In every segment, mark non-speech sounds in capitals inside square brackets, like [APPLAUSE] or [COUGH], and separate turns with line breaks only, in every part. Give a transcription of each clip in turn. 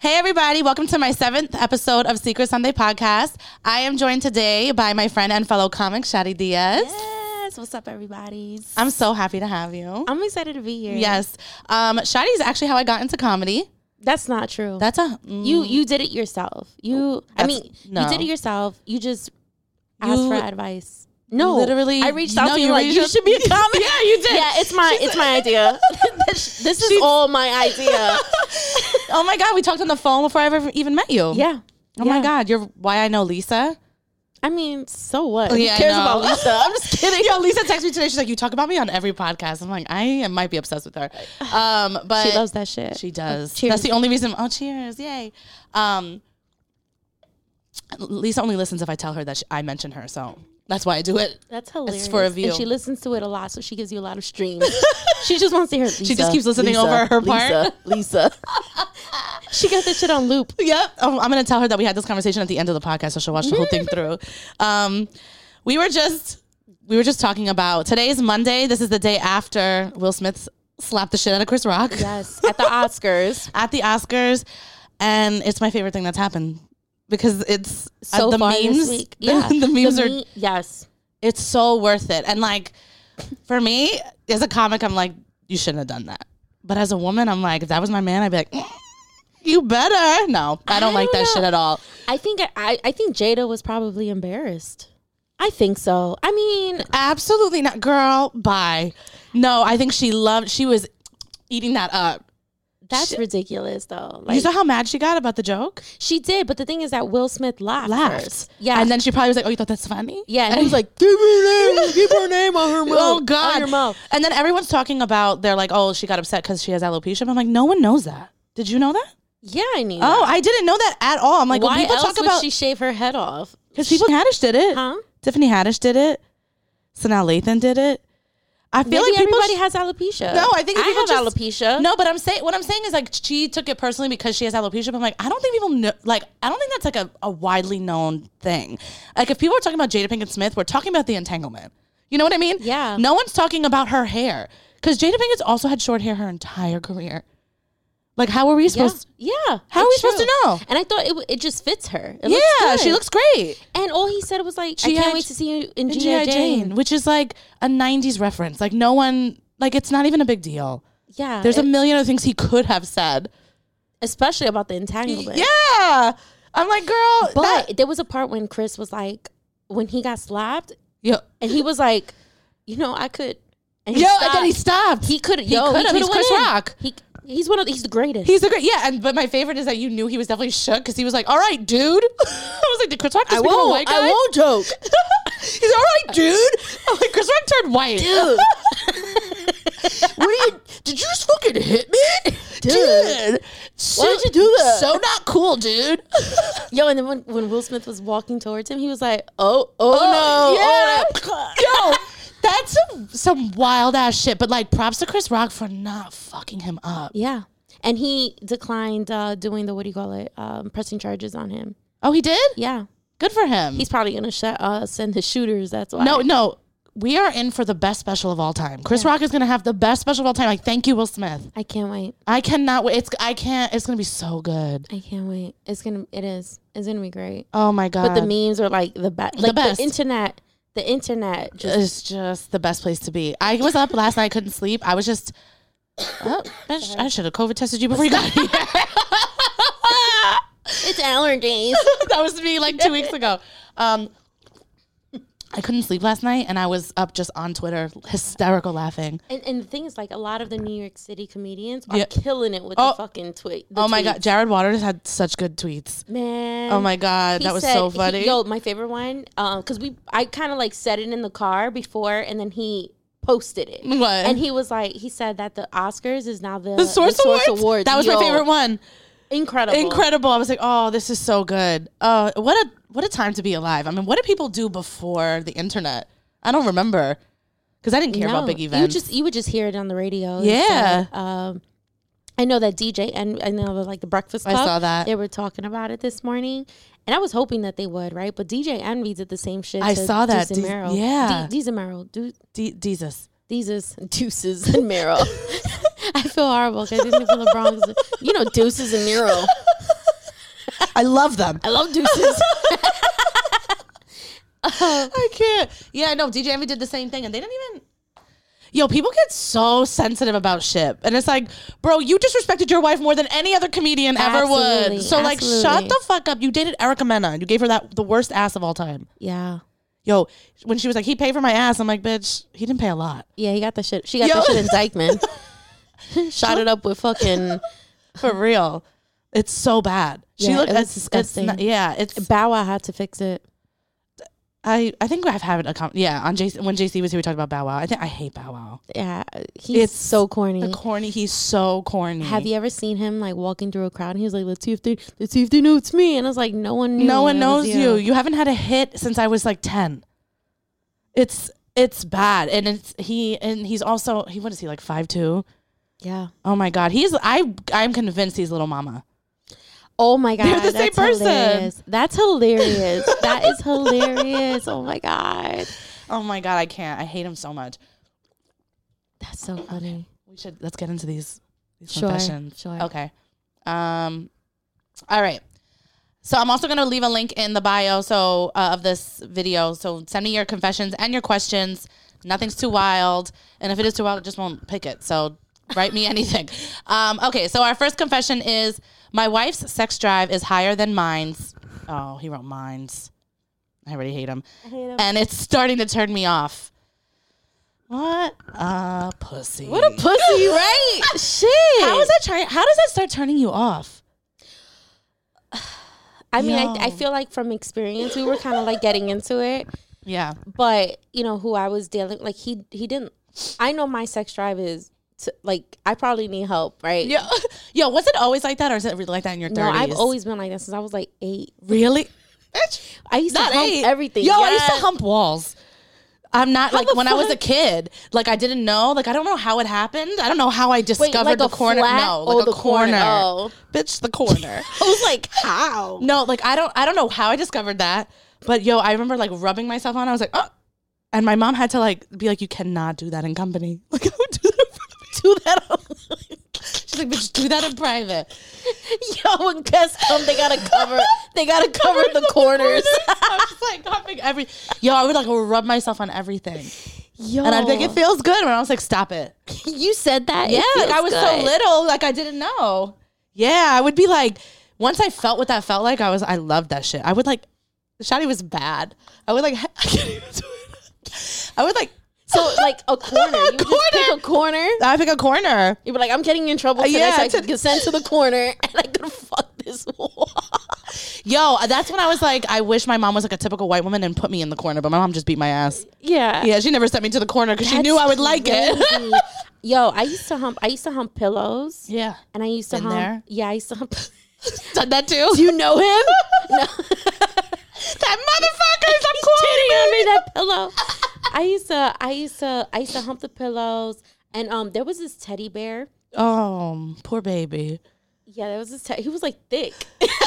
Hey, everybody, welcome to my seventh episode of Secret Sunday Podcast. I am joined today by my friend and fellow comic, Shadi Diaz.
Yes. What's up, everybody?
I'm so happy to have you.
I'm excited to be here.
Yes. Um, Shadi is actually how I got into comedy.
That's Oh, not true.
That's a. mm,
you you did it yourself. You I
That's-
mean,
no.
you did it yourself. You just asked
You-
for advice. No.
literally-
I
you
reached
know
out to
you
you like
reached
you
out-
should be a comic.
Yeah, you did.
[LAUGHS] Yeah, it's my it's [LAUGHS] my idea. this is all my idea.
Oh my God, we talked on the phone before I ever even met you.
[LAUGHS] yeah.
Oh my
Yeah.
God, you're why I know Lisa.
I mean, so what?
Yeah, I
Who cares
know.
about Lisa? [LAUGHS] I'm just kidding.
Yo, Lisa texted me today. She's like, "You talk about me on every podcast." I'm like, I might be obsessed with her. Um, but
she loves that shit.
She does.
Oh, Cheers.
That's the only reason. Oh, cheers! Yay. Um, Lisa only listens if I tell her that she, I mentioned her, so that's why I do
[LAUGHS]
it.
That's hilarious.
for a view.
And she listens to it a lot, so she gives you a lot
[LAUGHS]
of streams. she just wants to hear Lisa. She
just keeps listening over her part.
Lisa. [LAUGHS] she got this shit on loop.
Yep. Oh, I'm gonna tell her that we had this conversation at the end of the podcast, so she'll watch the whole
[LAUGHS]
thing through. Um, we were just we were just talking about today's Monday. This is the day after Will Smith slapped the shit out of Chris Rock
Yes. At the [LAUGHS] Oscars.
[LAUGHS] at the Oscars, and it's my favorite thing that's happened because it's
So
uh, the
far
memes.
this week.
[LAUGHS]
Yeah.
the memes are
me- yes.
it's so worth it. And like for me, as a comic, I'm like, you shouldn't have done that. But as a woman, I'm like, if that was my man, I'd be like, [LAUGHS] "Mm, you better. No, I don't
I
like
don't
that
know.
shit at all.
I think I, I think Jada was probably embarrassed. I think so. I mean,
Absolutely not, girl. Bye. No, I think she loved. She was eating that up.
that's ridiculous though.
You
Like
saw how mad she got about the joke.
she did, but the thing is that Will Smith laughed.
Laughed.
first. Yeah.
and then she probably was like, "Oh, you thought that's funny?"
yeah, and
and
he was like, [LAUGHS] "Give her name, give her name on her
[LAUGHS]
mouth,
Oh
on
God!
your mouth."
And then everyone's talking about they're like, "Oh, she got upset because she has alopecia." But I'm like, no one knows that. Did you know that?
Yeah, I knew. that.
Oh, I didn't know that at all. I'm like,
Why
when people
else
talk
would
about
she shave her head off?
because people Haddish did it.
Huh?
Tiffany Haddish did it. Sanaa Lathan did it. I feel
Maybe
like people
everybody
sh-
has alopecia.
No, I think
I
people
have
just-
alopecia.
no, but I'm saying what I'm saying is like she took it personally because she has alopecia. But I'm like, I don't think people know. Like, I don't think that's like a, a widely known thing. Like, if people are talking about Jada Pinkett Smith, we're talking about the entanglement. You know what I mean?
Yeah.
No one's talking about her hair because Jada Pinkett's also had short hair her entire career. Like, how are we
yeah,
supposed?
yeah.
How are we
it's
supposed to know?
And I thought it w- it just fits her. It
Yeah,
looks
she
good.
looks great.
And all he said was like,
She
"I
had-
can't wait to see you in
in
GI Jane.
which is like a 90s reference. Like no one like it's not even a big deal.
Yeah,
There's a
it-
million other things he could have said.
especially about the entanglement.
Yeah. I'm like, girl,
but
that-
there was a part when Chris was like, when he got slapped,
yo,
and he was like, "You know, I could." And
yo, and
stopped.
then he stopped.
He could. Yo,
could've.
he could
He's
have
Chris Rock.
He he's one of he's the greatest.
He's a great, yeah, and but my favorite is that you knew he was definitely shook because he was like, "All right, dude." [LAUGHS] I was like, "Did Chris Rock just become a white guy?"
joke.
[LAUGHS]
[LAUGHS]
He's like, all right, dude. I'm like, Chris Rock turned white.
Dude.
what are you? Did you just fucking hit me, dude? so,
did you do that?
So not cool, dude.
Yo, and then when, when Will Smith was walking towards him, he was like, "Oh, oh, no, oh, no.
Yo, that's some, some wild ass shit. But like, props to Chris Rock for not fucking him up.
yeah." And he declined uh, doing the what do you call it? Um, pressing charges on him.
Oh, he did.
Yeah,
Good for him.
he's probably gonna sh- uh, send his shooters. That's why.
no, no. We are in for the best special of all time. Chris Rock is gonna have the best special of all time. Like, thank you, Will Smith.
I can't wait.
I cannot wait. It's I can't. It's gonna be so good.
I can't wait. It's gonna. It is. It's gonna be great.
Oh my god.
But the memes are like the best. Like the,
best.
internet. The internet. Just,
It's just the best place to be. I was up last night, couldn't sleep. I was just. Oh, I sh- I should have COVID tested you before you got here.
it's
[LAUGHS]
allergies.
that was me like two weeks ago. Um, I couldn't sleep last night, and I was up just on Twitter, hysterical laughing.
and, and the thing is, like a lot of the New York City comedians are
Yeah.
killing it with
Oh.
the fucking tweet.
oh my god, Jared Waters had such good tweets.
man.
Oh my god,
He
that was
said-
so
he-
funny.
yo, my favorite one, because we, I kind of like said it in the car before, and then he posted it.
What?
And he was like, he said that the Oscars is now the,
the Source, Awards. That was
Yo,
my favorite one.
Incredible.
Incredible. I was like, oh, this is so good. Uh, what a what a time to be alive. I mean, what did people do before the internet? I don't remember because I didn't care about
No,
big
You
events.
just you would just hear it on the radio. and
Yeah.
stuff. um, I know that DJ and I know like the Breakfast
I
Club.
saw that.
they were talking about it this morning, and I was hoping that they would, right? But DJ Envy did the same shit.
I
to
saw that.
Deuce and
Deuce-
Meryl.
yeah.
De- Deuce and Meryl. Du-
De- Jesus. [LAUGHS]
Deuces, Deuces [LAUGHS] and Meryl. I feel horrible because these people in the Bronx, you know, Deuces and Meryl.
I love them.
I love deuces.
I can't. Yeah, no, DJ Envy did the same thing and they didn't even Yo, people get so sensitive about shit. And it's like, bro, you disrespected your wife more than any other comedian ever
Absolutely,
would. So like shut
absolutely.
the fuck up. You dated Erica Mena and you gave her that the worst ass of all time.
yeah.
Yo, when she was like, he paid for my ass, I'm like, bitch, he didn't pay a lot.
Yeah, he got the shit. She got
Yo.
the shit in
[LAUGHS]
Dykeman. Shot it up with fucking [LAUGHS]
For real. It's so bad. She
Yeah,
looked
it was
it's- it's
disgusting.
not- yeah, it's
Bow Wow had to fix it.
I I think I've had a com- yeah, on JC when JC was here we talked about Bow Wow. I think I hate Bow Wow.
Yeah, he's
It's
so corny.
The corny, he's so corny.
Have you ever seen him like walking through a crowd and he was like, "Let's see if they, let's see if they know it's me," and I was like, "No one knew.
No one
it was
knows you. You haven't had a hit since I was like ten. It's it's bad, and it's he and he's also he what is he like five two?
Yeah.
Oh my god, he's I I'm convinced he's little mama.
Oh my god,
They're the same
that's
person.
Hilarious. That's hilarious. that is hilarious. Oh my god,
Oh my god, I can't. I hate him so much.
that's so funny.
We should let's get into these, these
Sure,
confessions.
sure.
Okay. Um. All right. So I'm also gonna leave a link in the bio so uh, of this video. So send me your confessions and your questions. Nothing's too wild, and if it is too wild, it just won't pick it. So write me anything. Um, okay. So our first confession is my wife's sex drive is higher than mine's. Oh, he wrote mine's. I already hate him. I hate him. And it's starting to turn me off. What a pussy.
What a
[LAUGHS]
pussy, right? Shit.
How is that trying? How does that start turning you off?
I mean,
Yo.
I, I feel like from experience, we were kind of like getting into it,
Yeah,
but you know who I was dealing like he he didn't. I know my sex drive is to, like I probably need help, right?
yeah, yo. [LAUGHS] Was it always like that, or is it really like that in your
No,
thirties?
I've always been like that since I was like eight.
really. Bitch,
I used
not
to hump
eight.
everything.
Yo, I used to
Yes.
hump walls. I'm not like
the
when I was a
fuck?
kid. Like I didn't know. Like I don't know how it happened. I don't know how I discovered
like
the
a
corner.
flat?
No,
Oh,
like a
the corner.
corner. [LAUGHS]
Oh.
Bitch, the
[LAUGHS]
corner.
I was like, how?
no, like I don't. I don't know how I discovered that. But yo, I remember like rubbing myself on. I was like, oh. And my mom had to like be like, you cannot do that in company. [LAUGHS] Like I would do that. in front of me.
Do that.
[LAUGHS] She's like, bitch, do that in private.
[LAUGHS] Yo, when guests come, they gotta cover. They
[LAUGHS]
gotta cover the corners. [LAUGHS]
I'm just like humping every. Yo, I would like rub myself on everything,
Yo,
and I'd be like, it feels good. And I was like, stop it.
you said that. It
Yeah, like I
feels
was so
good.
little, like I didn't know. Yeah, I would be like, once I felt what that felt like, I was, I loved that shit. I would like, Shotty was bad. I would like, [LAUGHS] I can't even do it. I would like,
So like
[LAUGHS]
a corner, you just pick a corner.
I pick a corner.
You were like, I'm getting in trouble today,
Uh, yeah,
so I
to-
could get sent to the corner [LAUGHS] and I could fuck this [LAUGHS] wall.
Yo, that's when I was like, I wish my mom was like a typical white woman and put me in the corner, but my mom just beat my ass.
Yeah,
Yeah, she never sent me to the corner because she knew I would like it.
Yo, I used to hump. I used to hump pillows,
[LAUGHS] yeah,
and I used to
Been
hump.
there?
Yeah, I used to hump.
[LAUGHS] done that too.
[LAUGHS] Do you
[LAUGHS]
know him? [LAUGHS] no,
That motherfuckers, I'm
cheating on
quoting
me. That pillow. I used to. I used to. I used to hump the pillows, and um, there was this teddy bear.
Oh, poor baby.
Yeah, there was this. Te- he was like thick. [LAUGHS]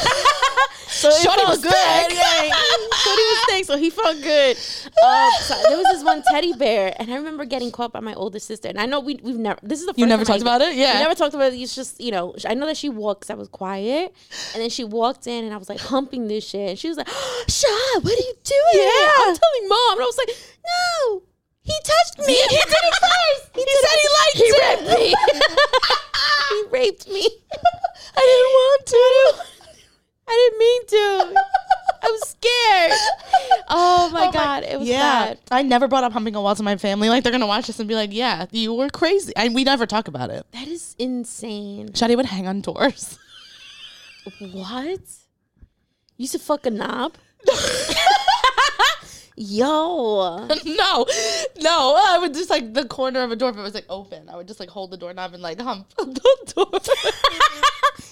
so it
[LAUGHS] Shorty
felt
was
good.
thick.
[LAUGHS] Yeah. Shorty was thick, so he felt good.
Uh,
Um, so there was this one teddy bear, and I remember getting caught by my older sister. And I know we we've never. This is the first
You never
time I-
talked about it? Yeah.
we never talked about it. It's just you know. I know that she walked. 'cause I was quiet, and then she walked in, and I was like humping this shit, and she was like, [GASPS] "Shy, what are you doing?"
Yeah.
I'm telling mom, and I was like, "No." He touched me. He did it first. [LAUGHS] He, said he liked it. He raped me. he raped me. [LAUGHS]
I didn't want to.
I didn't mean to. I was scared. [LAUGHS] Oh my god, it was
yeah,
bad.
I never brought up humping a wall to my family. Like they're gonna watch this and be like, "Yeah, you were crazy." And we never talk about it.
That is insane.
Shadi would hang on doors. [LAUGHS]
What? You used to fuck a knob? [LAUGHS] Yo.
no, no, I would just like the corner of a door if it was like open. I would just like hold the doorknob and like hump [LAUGHS] the door.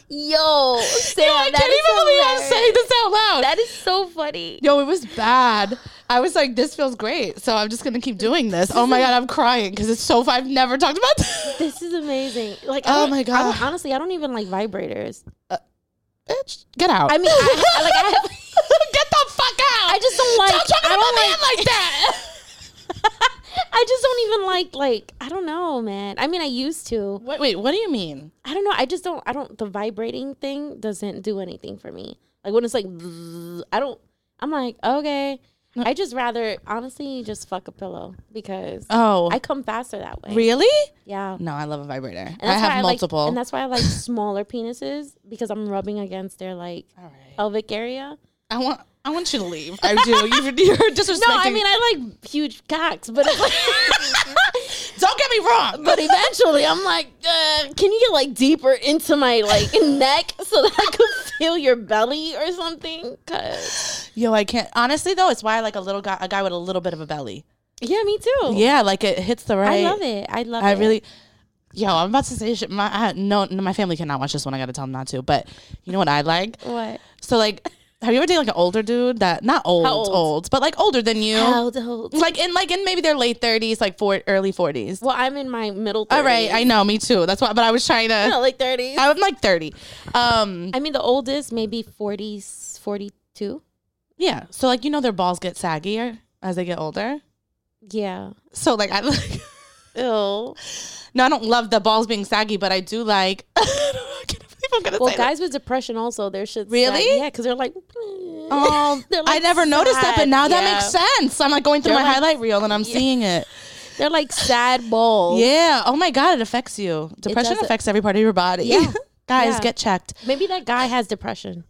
Yo. Sam,
Yo, [LAUGHS] I
that
can't
is
even believe I'm
hilarious.
saying this out loud.
That is so funny.
Yo, it was bad. I was like, this feels great. So I'm just going to keep doing this. Oh my God, I'm crying because it's so I've never talked about this. [LAUGHS]
This is amazing. Like,
Oh
I don't-
my
I don't-
God.
honestly, I don't even like vibrators.
Bitch, get out.
I mean, [LAUGHS] I, I- like, I have,
[LAUGHS] get the fuck out.
I just don't like.
Don't talk
I
about
don't
my
like.
man like [LAUGHS] that.
I just don't even like. Like, I don't know, man. I mean, I used to.
wait, wait, what do you mean?
I don't know. I just don't. I don't. The vibrating thing doesn't do anything for me. Like when it's like, [SNIFFS] "Bzzz," I don't. I'm like, okay. I just rather honestly just fuck a pillow because
Oh,
I come faster that way.
really?
Yeah.
No, I love a vibrator.
And
I
that's why
have multiple.
Like, and that's why I like smaller penises because I'm rubbing against their like
All right.
pelvic area.
I want. I want you to leave. [LAUGHS] I do. You're, you're disrespecting.
No, I mean I like huge cocks, but it's like,
[LAUGHS]
[LAUGHS]
don't get me wrong.
but eventually I'm like, uh, can you get like deeper into my
[LAUGHS]
like neck so that I could feel your belly or something? 'Cause-
Yo, I can't. Honestly, though, it's why I like a little guy, a guy with a little bit of a belly.
yeah, me too.
Yeah, like it hits the right.
I love it. I love
I
it.
really. Yo, I'm about to say shit. My I, no, no, my family cannot watch this one. I gotta tell them not to. But you know what I like?
what?
So like, have you ever dated like an older dude that not old,
old?
old, but like older than you,
How old?
like in like in maybe their late 30s, like four early 40s.
Well, I'm in my middle. 30s.
All right, I know, me too. That's why. But I was trying
[LAUGHS]
to.
no, like 30s.
I'm like 30. Um,
I mean, the oldest maybe 40s, 42.
yeah. So like you know their balls get saggier as they get older.
Yeah.
So like I [LAUGHS] like
Ew.
no, I don't love the balls being saggy, but I do like. [LAUGHS] I can't believe I'm gonna
Well,
say that.
guys with depression also their shit's
Really?
sad. Yeah, because they're like, [LAUGHS]
Oh,
They're,
I
like,
never noticed that, but
sad.
now that
Yeah.
makes sense. I'm like going through
They're
my
like-
highlight reel and I'm seeing it.
they're like sad balls.
Yeah. Oh my God, it affects you. Depression
does-
affects every part of your body.
Yeah.
[LAUGHS] guys,
Yeah.
get checked.
Maybe that guy has depression.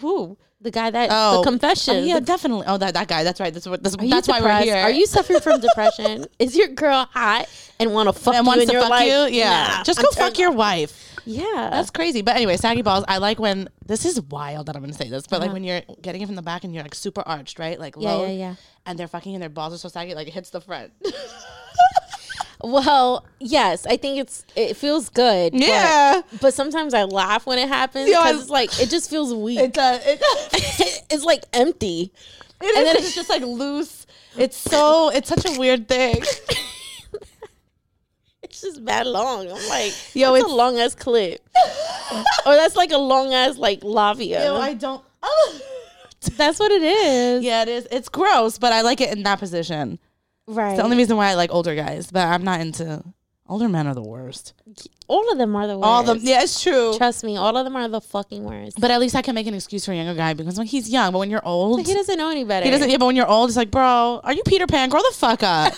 Who?
The guy that
Oh.
the confession.
Oh, yeah, definitely. Oh, that, that guy. That's right. That's what. That's,
Are you
that's why we're
depressed?
here.
Are you suffering from
[LAUGHS]
depression? Is your girl hot and want to fuck
And
you?
wants
and
to
you're
fuck
like,
you? Yeah.
"Nah,
Just
I'm
go
turned
fuck your wife.
off." Yeah.
That's crazy. But anyway, saggy balls. I like when this is wild that I'm gonna say this, but like when you're getting it from the back and you're like super arched, right? Like
Uh-huh. Yeah,
low.
yeah, yeah.
And they're fucking and their balls are so saggy, like it hits the front.
well, yes, I think it's it feels good.
[LAUGHS]
but-
Yeah.
But, sometimes I laugh when it happens
Yo,
because
I-
it's like it just feels weak.
It does. It,
[LAUGHS]
[LAUGHS]
it's like empty.
and then it's just like loose. It's so. It's such a weird
[LAUGHS]
thing.
It's just bad long. I'm like,
Yo,
yo, it's
it's-
a long ass
[LAUGHS]
clip, or that's like a long ass like lavia.
Yo, I
[LAUGHS]
don't. Oh.
that's what it is.
Yeah, it is. It's gross, but I like it in that position.
Right.
It's the only reason why I like older guys, but I'm not into older men are the worst.
all of them are the worst.
All of them. Yeah, it's true.
Trust me, all of them are the fucking worst.
But at least I can make an excuse for a younger guy because when he's young, but when you're old,
But he doesn't know any better.
He doesn't. Yeah, but when you're old, it's like, bro, are you Peter Pan? Grow the fuck up.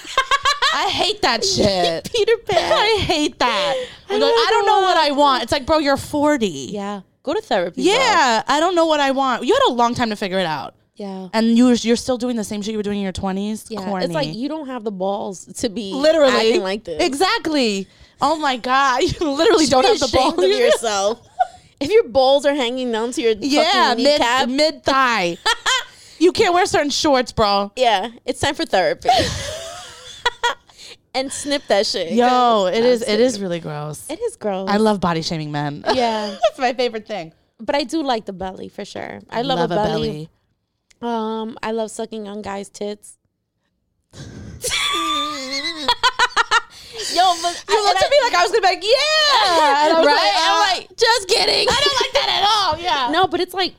I hate that shit.
[LAUGHS] [LAUGHS] Peter Pan.
I hate that. I'm like,
know
I don't
the
know what I want. It's like, bro, you're 40.
yeah. Go to therapy. bro.
Yeah, I don't know what I want. You had a long time to figure it out,
Yeah.
and you you're still doing the same shit you were doing in your 20s.
Yeah.
Corny.
It's like you don't have the balls to be
literally
acting like this.
Exactly. Oh my god, [LAUGHS] you literally
Be
don't have the
ashamed
balls. [LAUGHS]
of yourself. [LAUGHS] if your balls are hanging down to your
yeah,
fucking kneecap,
mid mid thigh. [LAUGHS] you can't wear certain shorts, bro.
Yeah, it's time for [LAUGHS] therapy. and snip that shit.
Yo, it
No,
is
I'm
it is really gross.
It is gross.
I love body shaming men.
Yeah.
[LAUGHS] That's my favorite thing.
but I do like the belly for sure. I love, a, belly. Um, I love sucking on guys' tits. Yo, but
You looked at me like I was gonna be like,
[LAUGHS]
yeah, and I was
right?
like, uh,
I'm like, just kidding.
I don't like that at all. Yeah.
[LAUGHS] No, but it's like,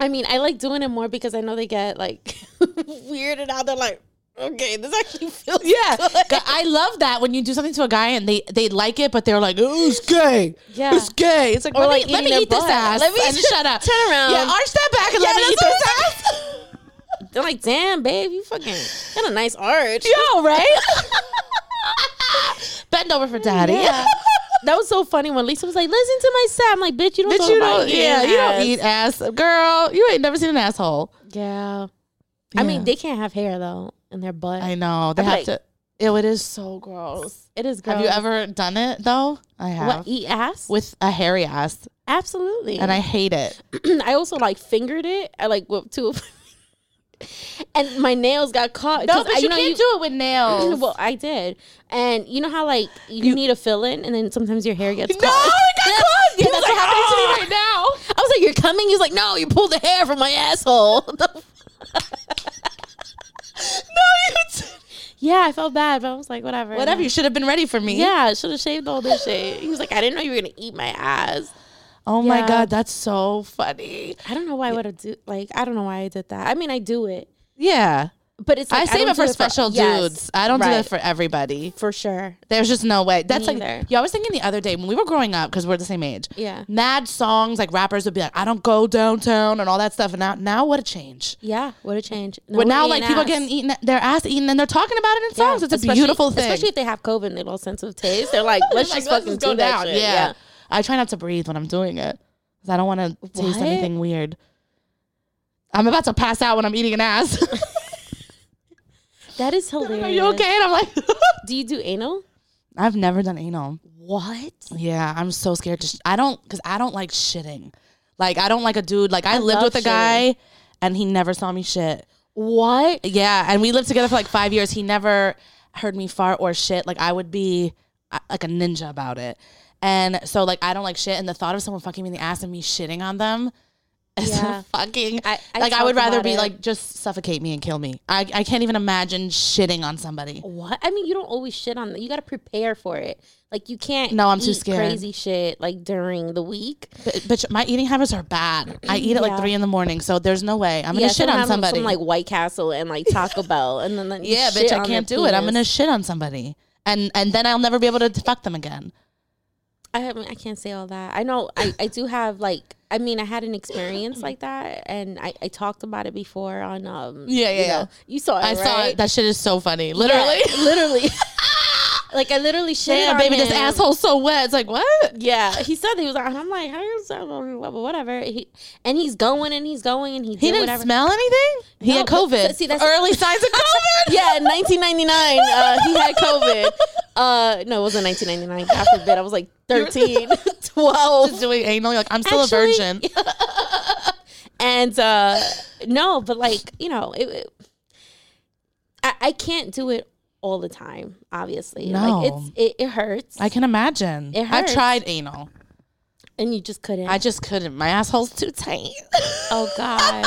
I mean, I like doing it more because I know they get like [LAUGHS] weird and out. They're like, okay, this actually [LAUGHS] feels
Yeah,
good.
Gu- I love that when you do something to a guy and they they like it, but they're like, "Ooh, it's gay.
Yeah.
it's gay." It's like,
Or
let,
like
me, let
eating
me
their
eat this
butt.
ass.
Let me
and shut up.
turn around.
Yeah, arch that back and
Yeah,
let me eat
that's
this
what I'm
ass.
They're like, damn, babe, you fucking got a nice
[LAUGHS]
arch.
Yo, right? Bend over for daddy.
Yeah. That was so funny when Lisa was like, listen to my set. I'm like, bitch, you
[LAUGHS]
don't
Bitch,
talk
you
about
don't.
eating
Yeah, you don't
ass."
eat ass, girl. You ain't never seen an asshole.
Yeah. I mean, they can't have hair though in their butt.
I know they
I'm
have
like-
to. Ew, it is so gross.
it is gross.
Have you ever done it though? I have.
what eat ass?
With a hairy ass,
Absolutely.
and I hate it.
[CLEARS THROAT] I also like fingered it. I like whipped two of [LAUGHS] and my nails got caught. 'cause I,
do it with
[CLEARS THROAT]
nails. [LAUGHS]
well, I did, and you know how like you, need a fill in, and then sometimes your hair [GASPS] gets
No,
caught.
it got caught. Yeah, [LAUGHS]
Yeah,
that's
that's
what
like,
happened [LAUGHS]
"Ah."
to me right now.
I was like, "You're coming." He's like, "No, you pulled the hair from my asshole." [LAUGHS]
No, you.
yeah, I felt bad, but I was like, "Whatever."
Whatever. You should have been ready for me.
Yeah, I should have shaved all this shit. He was like, I didn't know you were gonna eat my ass.
Oh my
Yeah.
god, that's so funny.
I don't know why I would have do like I don't know why I did that. I mean, I do it,
Yeah.
but it's like,
I save
don't
it for
do
special
Yes,
dudes. I don't do
right,
it for everybody.
for sure.
There's just no way. That's
neither.
like, yo, I was thinking the other day when we were growing up, because we're the same age.
Yeah.
Mad songs, like rappers would be like, I don't go downtown and all that stuff. And now, now what a change.
Yeah, what a change. No
But now,
eating
like, people
ass.
getting eaten, their ass eaten and they're talking about it in
Yeah,
songs. It's a
especially-
beautiful thing.
especially if they have COVID and they lost sense of taste.
[LAUGHS]
They're like, let's just fucking do that shit.
Yeah. I try not to breathe when I'm doing it because I don't want to taste
What?
anything weird. I'm about to pass out when I'm eating an ass. [LAUGHS]
that is hilarious.
Are you okay? And I'm like, [LAUGHS]
Do you do anal?
I've never done anal.
What?
Yeah, I'm so scared to. Sh- I don't because I don't like shitting. Like I don't like a dude. Like I, lived
love
with a guy, and he never saw me shit.
What?
Yeah, and we lived together for like five years. He never heard me fart or shit. Like I would be uh, like a ninja about it. And so like I don't like shit. And the thought of someone fucking me in the ass and me shitting on them [LAUGHS] is
Yeah.
fucking.
I- I
like I would
talk
rather
about
be
it.
like just suffocate me and kill me. I I can't even imagine shitting on somebody.
What? I mean, you don't always shit on. You got to prepare for it. Like you can't.
No, I'm too
eat
scared.
Crazy shit like during the week.
But, but my eating habits are bad. I eat at like
Yeah.
three in the morning, so there's no way I'm gonna
yeah,
shit
someone
on
have some-
somebody.
Some, like White Castle and like Taco Bell, and then, then
[LAUGHS]
you
yeah,
shit
bitch, I
on
can't
their
do it. I'm gonna
penis.
shit on somebody, and and then I'll never be able to fuck them again.
I haven't. I can't say all that. I know. I I do have like. I mean, I had an experience like that, and I I talked about it before on um.
Yeah, yeah,
You,
yeah.
know, you saw it.
I saw
right?
it. That shit is so funny. Literally.
Yeah, [LAUGHS] literally. like I literally shit.
Damn,
on
baby, this
him.
asshole's so wet. It's like, what?
Yeah, he said that he was like, and I'm like, how you sound blah, blah, whatever. He and he's going and he's going and he,
He
did
didn't
whatever.
smell anything? He
No,
had
but-
COVID.
but see, that's- [LAUGHS]
Early signs of COVID.
yeah, in 1999, uh, he had [LAUGHS] COVID. Uh, no, it wasn't 1999. God forbid, I was like [LAUGHS] 13, 12.
[LAUGHS] Just doing anal. You're like, I'm still a
Actually- [LAUGHS]
virgin.
and uh no but like you know it, it- I, I can't do it all the time obviously
No.
like it's it, it hurts
I can imagine.
It
I've
hurts.
tried anal.
and you just couldn't
I just couldn't. My asshole's too tight.
oh god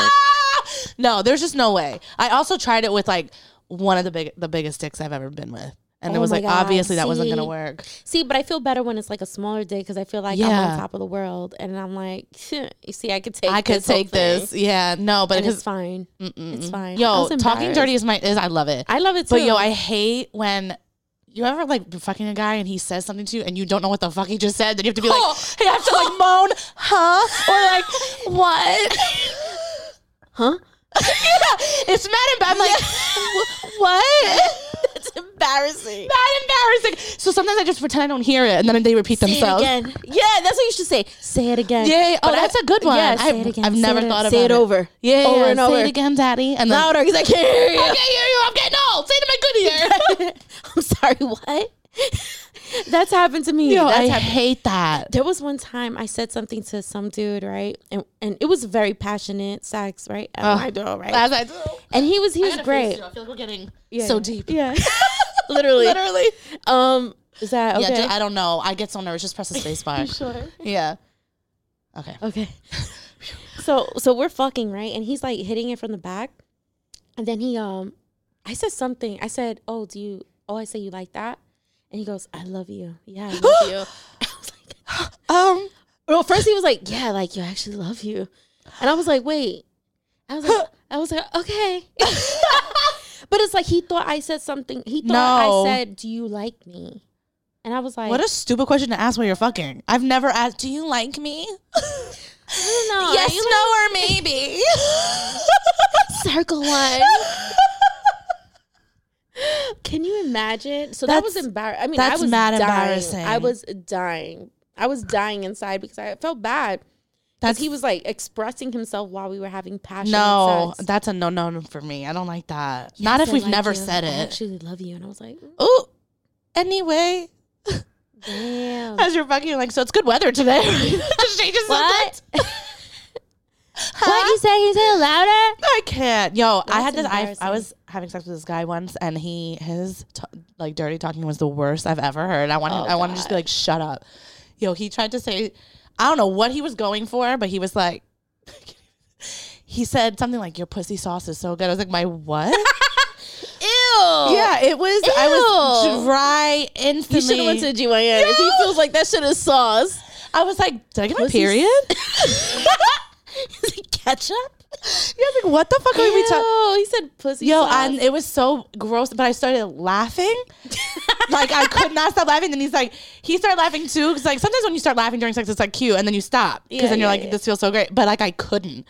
[LAUGHS] no, there's just no way. I also tried it with like one of the big the biggest dicks I've ever been with. And it
Oh
was
my
like
God,
obviously that wasn't gonna
see?
work.
[LAUGHS] see but i feel better when it's like a smaller day because i feel like i'm
Yeah.
on top of the world and i'm like [LAUGHS] you see i could take
I could
this whole
take
thing,
this. Yeah. No, but
and
because
it's fine it's fine I
yo,
was
talking
embarrassed.
dirty is my is I love it.
i love it too
But yo, I hate when you ever like be fucking a guy and he says something to you and you don't know what the fuck he just said. Then you have to be like, [LAUGHS] hey, I have to like moan, huh? Or like, [LAUGHS] what?
huh
yeah, it's mad and bad. I'm like, "Wh- [LAUGHS]
[LAUGHS]
what?
it's embarrassing
Mad embarrassing. So sometimes I just pretend I don't hear it and then they repeat
Say it
themselves.
again. Yeah, that's what you should say. Say it again.
Yeah. Oh,
But I-
that's a good one.
Yeah, say
I-
it again.
I've
say
never
it-
thought
Say
about it.
it over.
Yeah, yeah,
over
yeah.
and
Say
over.
it again, daddy. And then,
Louder, because I can't hear you.
I can't hear you. I'm getting old. Say it to my good ear.
[LAUGHS] I'm sorry. What? [LAUGHS] that's happened to
[LAUGHS]
me.
Yo,
that's
I
happened.
hate that.
There was one time I said something to some dude, right? And and it was very passionate sex, right? And I know, right?
As I do.
and he was he was
I
great.
feel like we're getting
Yeah,
so
yeah.
deep. [LAUGHS]
Yeah. Literally.
Literally.
[LAUGHS] Um is that
Yeah,
okay?
ju- I don't know. I get so nervous. Just
[LAUGHS]
press the space bar.
sure.
yeah. Okay. [LAUGHS]
Okay. so so we're fucking right, and he's like hitting it from the back, and then he um, I said something. I said, "Oh, do you? Oh, I say you like that," and he goes, "I love you. Yeah,
[GASPS]
I love you." I was like,
Um.
well, first he was like, "Yeah, like you I actually love you," and I was like, "Wait," I was
[GASPS]
like, I was like, "Okay." [LAUGHS] But it's like he thought I said something. He thought
No.
I said, "Do you like me?" And I was like,
What a stupid question to ask when you're fucking. I've never asked. Do you like me?
I don't know. Are you
no,
[LAUGHS]
or maybe. [LAUGHS]
circle one. Can you imagine? So that was
That's-
embarrassing. I mean,
that's
I was
mad
dying.
embarrassing.
I was dying. I was dying inside because I felt bad.
That's-
Because he was like expressing himself while we were having passion.
no,
sex.
that's a no, no for me. I don't like that. Not
He
if
said,
we've
like,
never
you,
said
I
it.
actually love you, and I was like, "Mm,
Oh. Anyway,
[LAUGHS] damn.
as you're fucking, you're like, so it's good weather today. [LAUGHS] Just changes
[LAUGHS] what?
[LAUGHS] Huh?
what you say? You say it louder?
I can't. Yo, I
That's
had this. I, I
embarrassing.
was having sex with this guy once, and he his t- like dirty talking was the worst I've ever heard. I wanted
Oh,
I wanted to just be like, shut up. Yo, he tried to say, I don't know what he was going for, but he was like, [LAUGHS] he said something like, "Your pussy sauce is so good." I was like, "My
[LAUGHS]
what?"
Ew.
yeah, it was. I was
Ew.
dry
You
instantly.
should have went to GYN. If he feels like that shit
[LAUGHS]
is sauce.
I was like, "Did I get my [LAUGHS]
Pussy s-
period?"
Is it ketchup?
You're like, what the fuck are we talking?
Ew, he said pussy.
Yo,
slaps.
and it was so gross, but I started laughing. like I could not stop laughing. And he's like, he started laughing too. Cause like sometimes when you start laughing during sex, it's like cute, and then you stop because
Yeah,
then you're
yeah,
like,
yeah.
this feels so great. But like I couldn't.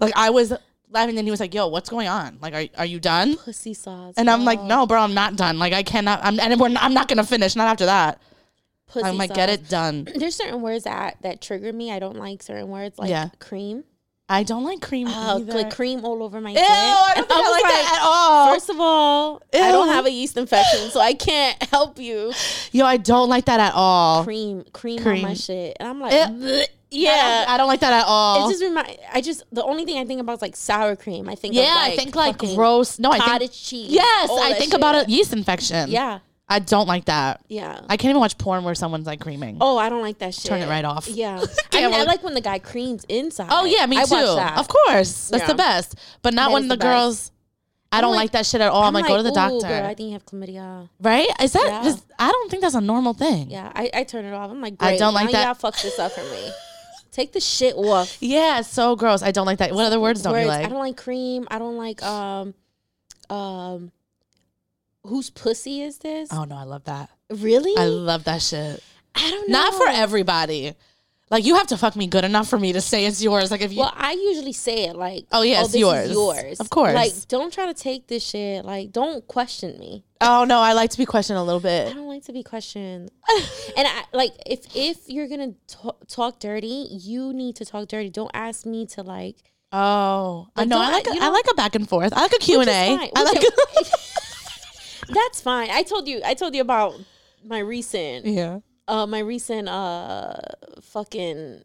Like I was laughing, and he was like, yo, what's going on? Like, are are you done?
[LAUGHS] pussy sauce.
And I'm like, no, bro, I'm not done. Like I cannot. I'm and we're not, I'm not gonna finish. Not after that.
pussy
I'm like,
sauce.
get it done.
There's certain words that that trigger me. I don't like certain words like
Yeah.
cream.
I don't like cream.
Oh,
either.
like cream all over my
Ew,
dick.
I don't
And
think [LAUGHS] I,
was
like, that at all.
First of all, I don't
Ew.
have a yeast infection, so I can't help you.
Yo, I don't like that at all.
[LAUGHS] Cream, cream, on my
Cream.
shit, and I'm like,
Ew.
bleh,
I
yeah.
don't, I don't like that at all.
it just remind. I just the only thing I think about is like sour cream. I think. of,
yeah, I think like
fucking
gross. No, I think
cottage cheese.
yes,
all
I
that
think
shit.
about a yeast infection.
Yeah,
I don't like that.
yeah.
I can't even watch porn where someone's like creaming.
oh, I don't like that shit.
Turn it right off.
Yeah, I,
[LAUGHS] Can't
mean, I
watch-
like when the guy creams inside.
Oh, yeah, me
I
too.
Watch that.
Of course, that's
Yeah.
the best. But not
That
when
is
the,
the best.
girls. I don't
like-
like, that shit at all. Oh, I'm, like, go to the
"Ooh,
doctor,
Girl, I think you have chlamydia.
right? Is that?
Yeah.
just- I don't think that's a normal thing.
Yeah, I, I turn it off. I'm like,
I
Great,
don't like
now
that.
Y'all fucked this up for
[LAUGHS]
me. Take the shit off.
Yeah, it's so gross. I don't like that. What other words don't
Words.
you like?
I don't like cream. I don't like um, um, whose pussy is this?
oh no, I love that.
really?
I
I,
love that shit.
don't know.
Not for everybody. Like you have to fuck me good enough for me to say it's yours. Like if you
Well, I usually say it like,
Oh, yeah, it's
this is
yours.
yours.
Of course.
Like, don't try to take this shit. Like, don't question me.
Oh no, I like to be questioned a little
I
bit.
don't like to
[LAUGHS]
be questioned. and I like if if you're gonna ta- talk dirty, you need to talk dirty. Don't ask me to like
Oh, I
Like,
know.
don't-
I like. A,
you
I like a back and forth. I like a Q and
It's
A.
fine.
I
We
like.
can- That's fine. I told you. I told you about my
[LAUGHS]
recent,
yeah.
uh, my recent, uh, fucking.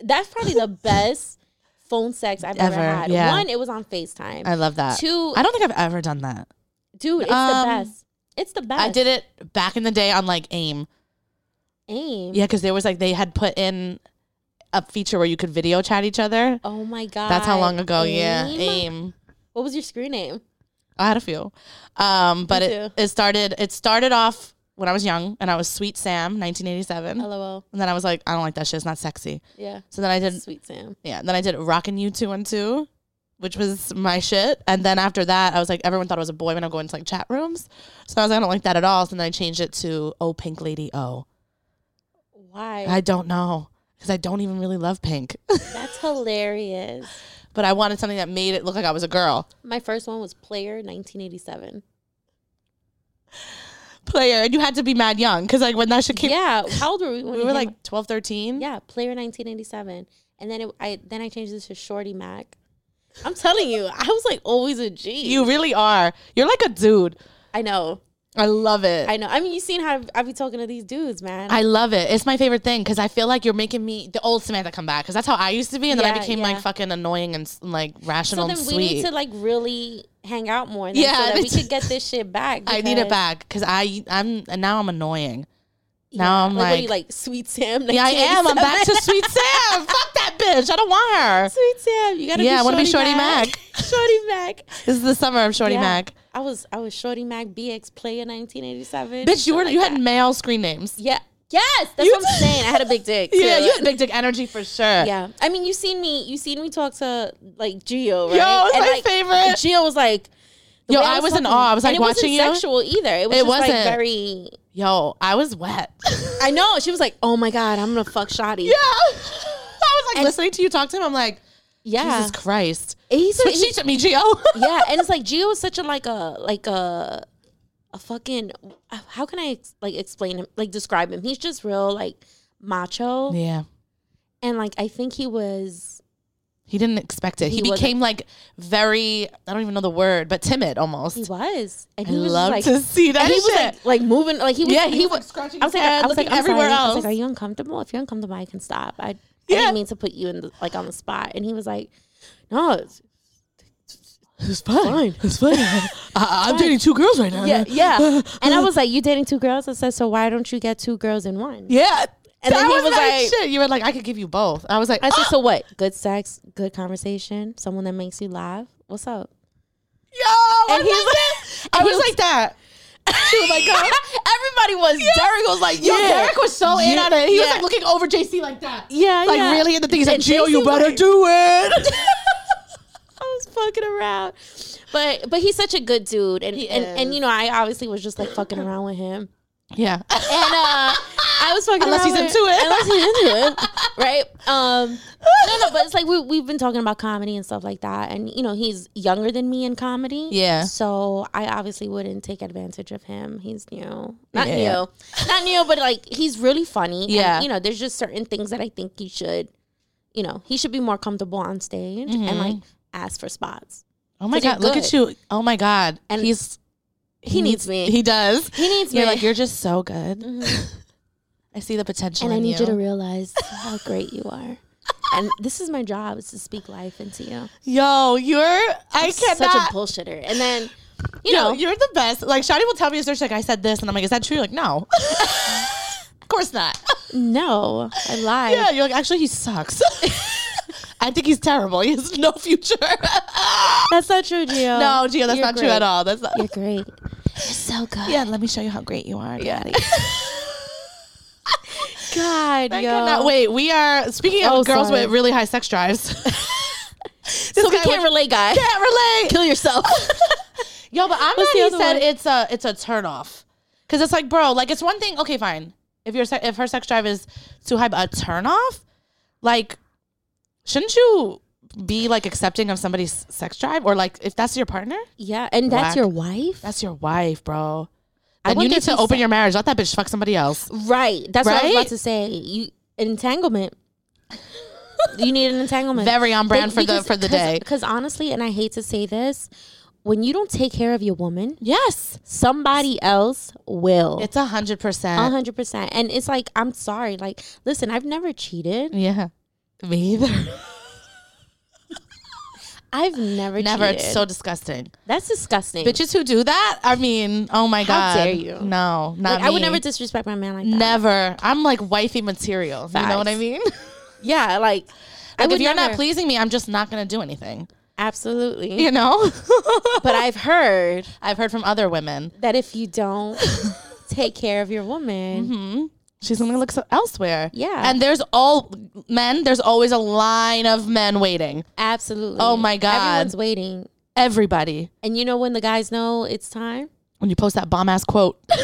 That's
[LAUGHS]
probably the best phone sex I've ever,
Ever,
had.
yeah.
One, it was on Facetime.
I love that.
Two,
I don't think I've ever done that.
dude, it's
um,
the best. It's the best.
I did it back in the day on like AIM.
aim.
Yeah, because there was like they had put in a feature where you could video chat each other.
Oh my god.
That's how long ago. Yeah,
Aim?
AIM.
What was your screen name?
I had a few, um, but it,
too.
it started. It started off when I was young, and I was Sweet Sam, 1987,
LOL.
and then I was like, I don't like that shit. It's not sexy.
Yeah.
So then I did
Sweet Sam.
Yeah, then I did Rockin' You Two and Two, which was my shit. And then after that, I was like, everyone thought I was a boy when I go into like chat rooms. So I was like, I don't like that at all. So then I changed it to Oh Pink Lady Oh.
Why?
I don't know because I don't even really love pink, [LAUGHS]
That's hilarious.
but I wanted something that made it look like I was a girl.
My first one was Player 1987.
Player, and you had to be mad young because like when that shit came,
Yeah, how old were we? When
we
it
were
came
like 12, 13.
Yeah, Player 1987, and then it, I then I changed this to Shorty Mac. I'm telling you, I was like always a G.
You really are. You're like a dude.
I know,
I love it.
I know. I mean, you seen how I be talking to these dudes, man.
I love it. It's my favorite thing because I feel like you're making me the old Samantha come back because that's how I used to be, and then I
Yeah,
became
yeah.
like fucking annoying and s- like
so
rational
then
and
we
sweet.
need to like really hang out more, then,
Yeah,
so that we
it's-
could get this shit back.
[LAUGHS] I need it
because-
back because I I'm and now I'm annoying.
yeah,
Now I'm
like, what are
like-
you [LAUGHS] like Sweet Sam?
Yeah, I am. I'm back to Sweet Sam.
[LAUGHS]
Fuck that bitch. I don't want her.
1987. Sweet Sam. You gotta
Yeah, I
want
wanna
to
be Shorty
Shorty Mac. [LAUGHS]
This is the summer of Shorty
Yeah.
Mac.
I was I was Shorty Mac BX Player 1987.
Bitch, you
shit
were
like
you
that.
had male screen names.
Yeah. Yes, that's
You
what I'm
did.
saying. I had a big dick.
[LAUGHS] Yeah,
too.
you had big dick energy for sure.
yeah. I mean, you seen me. You seen me talk to like Gio,
Yo,
right?
it's my
like,
favorite.
Gio was like, the
Yo,
way
I was in
talking-
awe. I was,
and
like,
it wasn't
watching you.
Sexual either? It was
It
just, like,
wasn't.
very.
Yo, I was
[LAUGHS]
wet. [LAUGHS]
I know. She was like, "Oh my god, I'm gonna fuck Shotty."
yeah. I was like listening to you talk to him. I'm like,
yeah.
Jesus Christ.
And he's a-
But she
he-
took me, Gio.
[LAUGHS] yeah, and it's like Gio is such a like a like a a fucking. How can I ex- like explain him? Like describe him? He's just real like macho,
yeah.
and like I think he was.
He didn't expect it. He,
He wasn't-
became like very I don't even know the word, but timid almost.
He was, and
I
he was just,
love
like,
to see that
and he
shit.
was like, like moving, like he was,
yeah,
he, was.
scratching
I was like, I was like, I'm
everywhere
sorry. I was
else.
like, are you uncomfortable? If you're uncomfortable, I can stop. I, I
Yeah.
didn't mean to put you in the, like on the spot. And he was like, no, it's,
it's fine.
Fine.
It's
[LAUGHS]
fine. I, I'm dating two girls right now.
yeah,
[LAUGHS]
yeah. [LAUGHS] and I was like, you dating two girls? I said, so why don't you get two girls in one?
yeah.
And then
That
he was
that
like-
shit. You were like, I could give you both. I was like,
I said,
"Ah,
so what? Good sex, good conversation, someone that makes you laugh. What's up?
yo, what
and he
was
was-
that? I
and
was,
he was-
like that. She was like, "Oh." [LAUGHS]
Everybody was. Derek was like,
yo, Derek was so in
Yeah.
on it. He was
Yeah.
like looking over JC like that.
yeah,
Like
yeah. [LAUGHS]
really in the thing. He's like,
And
Gio,
JC [LAUGHS]
you
was
better
like-
do it.
fucking around. But but he's such a good dude, and
He
and, and
is.
you know I obviously was just like fucking around with him,
Yeah.
[LAUGHS] and uh, I was fucking
Unless
around
he's
with-
into it.
unless he's into
[LAUGHS]
it, right? Um, no, no, but it's like we we've been talking about comedy and stuff like that, and you know he's younger than me in comedy,
Yeah.
So I obviously wouldn't take advantage of him. He's new, not
Yeah.
new, not new, but like he's really funny. And,
Yeah.
you know, there's just certain things that I think he should, you know, he should be more comfortable on stage
Mm-hmm.
and like ask for spots.
Oh my
But you're
god, look at you. Oh my god.
And
he's
He needs me.
He does.
He needs
You're
me. Mm-hmm.
like, you're just so good. [LAUGHS] I see the potential.
and I
in
need you. to realize how great you are. And this is my job is to speak life into you.
Yo, you're I cannot
Such a bullshitter. And then, you
Yo,
know,
you're the best. Like Shadi will tell me a search, like I said this, and I'm like, is that true? You're like, no. [LAUGHS] of course not.
no, [LAUGHS] I lied.
Yeah, you're like, actually he
[LAUGHS]
sucks. [LAUGHS] I think he's terrible. He has no future. [LAUGHS]
That's not true, Gio.
no, Gio, that's
You're
not true
great.
at all. That's not
You're great. You're so good.
Yeah, let me show you how great you are. Yeah.
God,
I
yo.
cannot wait. We are speaking of
Oh,
girls
sorry.
with really high sex drives. [LAUGHS]
So we can't relate, guy.
can't relate.
Kill yourself.
Yo, but I'm glad
What's
he
the other
said
one?
it's a it's a turnoff. Cause it's like, bro, like it's one thing. Okay, fine. If your se- if her sex drive is too high, but a turnoff, like, shouldn't you be like accepting of somebody's sex drive, or like if that's your partner,
yeah, and that's
Whack.
your wife.
that's your wife, bro.
I
And you
wonder
need
if
to
he
open
said-
your marriage. Let that bitch fuck somebody else.
Right. That's what I was
Right?
about to say. You [LAUGHS] entanglement. you need an entanglement.
Very on brand for the for the day.
Because honestly, and I hate to say this, when you don't take care of your woman,
Yes,
somebody else will.
it's a hundred
A
percent.
hundred percent. And it's like, I'm sorry. Like, listen, I've never cheated.
Yeah, me either.
I've never,
Never.
cheated.
It's so disgusting.
that's disgusting.
Bitches who do that. I mean, oh my
How
god.
dare you.
No, not
like, I would
me.
never disrespect my man like that.
Never. I'm like wifey material. You know what I
Facts.
mean?
Yeah, like,
[LAUGHS]
I
Like
would
if you're
never.
not pleasing me, I'm just not gonna do anything.
absolutely.
You know?
[LAUGHS]
[LAUGHS]
But I've heard
I've heard from other women.
that if
[LAUGHS]
you don't take care of your woman,
Mm-hmm. She's gonna look so- elsewhere.
Yeah.
And there's all men, there's always a line of men waiting.
absolutely.
Oh my God.
Everyone's waiting.
Everybody.
And you know when the guys know it's time?
When you post that bomb ass quote.
[LAUGHS]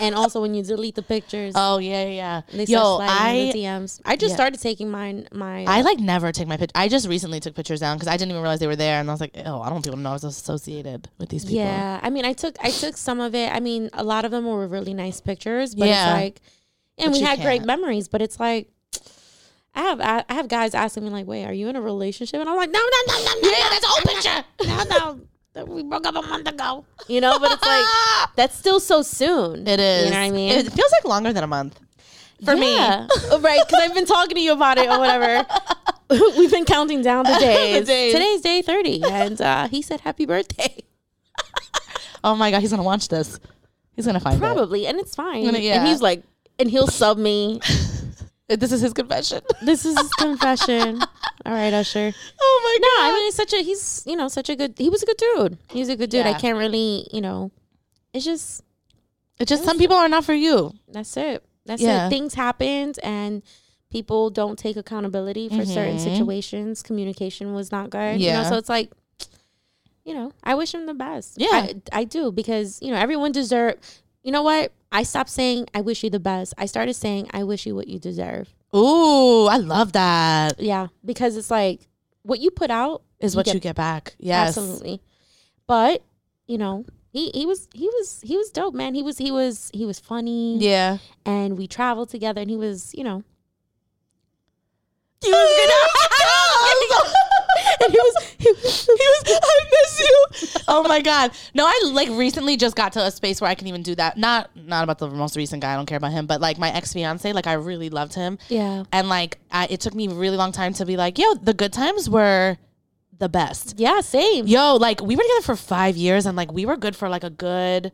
And also when you delete the pictures.
oh yeah, yeah.
they start
Yo,
sliding in
I
the DMs. I just
yeah.
started taking mine my
I like never take my picture. I just recently took pictures down because I didn't even realize they were there, and I was like, "Oh, I don't even know I was associated with these people."
Yeah. I mean I took I took some of it. I mean, a lot of them were really nice pictures, but
Yeah.
it's like
But
and we
you
had great
can't.
memories, but it's like I have I I have guys asking me like, "Wait, are you in a relationship?" And I'm like, "No, no, no, no, no,
yeah, that's a whole picture.
no, no, no. We broke up a month ago." You know, but it's like that's still so
[LAUGHS]
soon.
It is.
You know what I mean?
It feels like longer than a month. for me.
me. [LAUGHS] right, because I've been talking to you about it or whatever. [LAUGHS] We've been counting
[LAUGHS]
down the days.
days.
Today's day 30, and uh, he said happy birthday.
Oh my god, he's gonna watch this. He's gonna find
Probably, and it's fine.
Gonna- yeah.
And he's like, and he'll sub me.
it. This is his confession. [LAUGHS]
This is his confession. All right, Usher.
oh my
No, I mean, he's such a, he's, you know, such a good, he was a good dude. He was a good dude. I
Yeah.
can't really, you know, it's just,
it's just some people are not for you.
that's it. That's
Yeah.
it. Things happened and people don't take accountability for certain situations. Communication was not good. You
Mm-hmm. Yeah.
know, so it's like, you know, I wish him the best.
Yeah.
I, I do because, you know, everyone deserve you know what? I stopped saying I wish you the best. I started saying I wish you what you deserve.
Ooh, I love that.
Yeah. Because it's like what you put out
Is what you get,
get-
back. Yes.
Absolutely. But, you know, he, he was he was he was dope, man. He was he was he was funny
Yeah.
and we traveled together and he was, you know,
He
[LAUGHS]
was gonna. [LAUGHS] and he was, [LAUGHS] [LAUGHS] he was, I miss you. Oh my god. No, I like recently just got to a space where I can even do that. Not, not about the most recent guy. I don't care about him. But like my ex fiance, like I really loved him.
Yeah.
and like I, it took me a really long time to be like yo the good times were the best
Yeah, same.
yo like we were together for five years and like we were good for like a good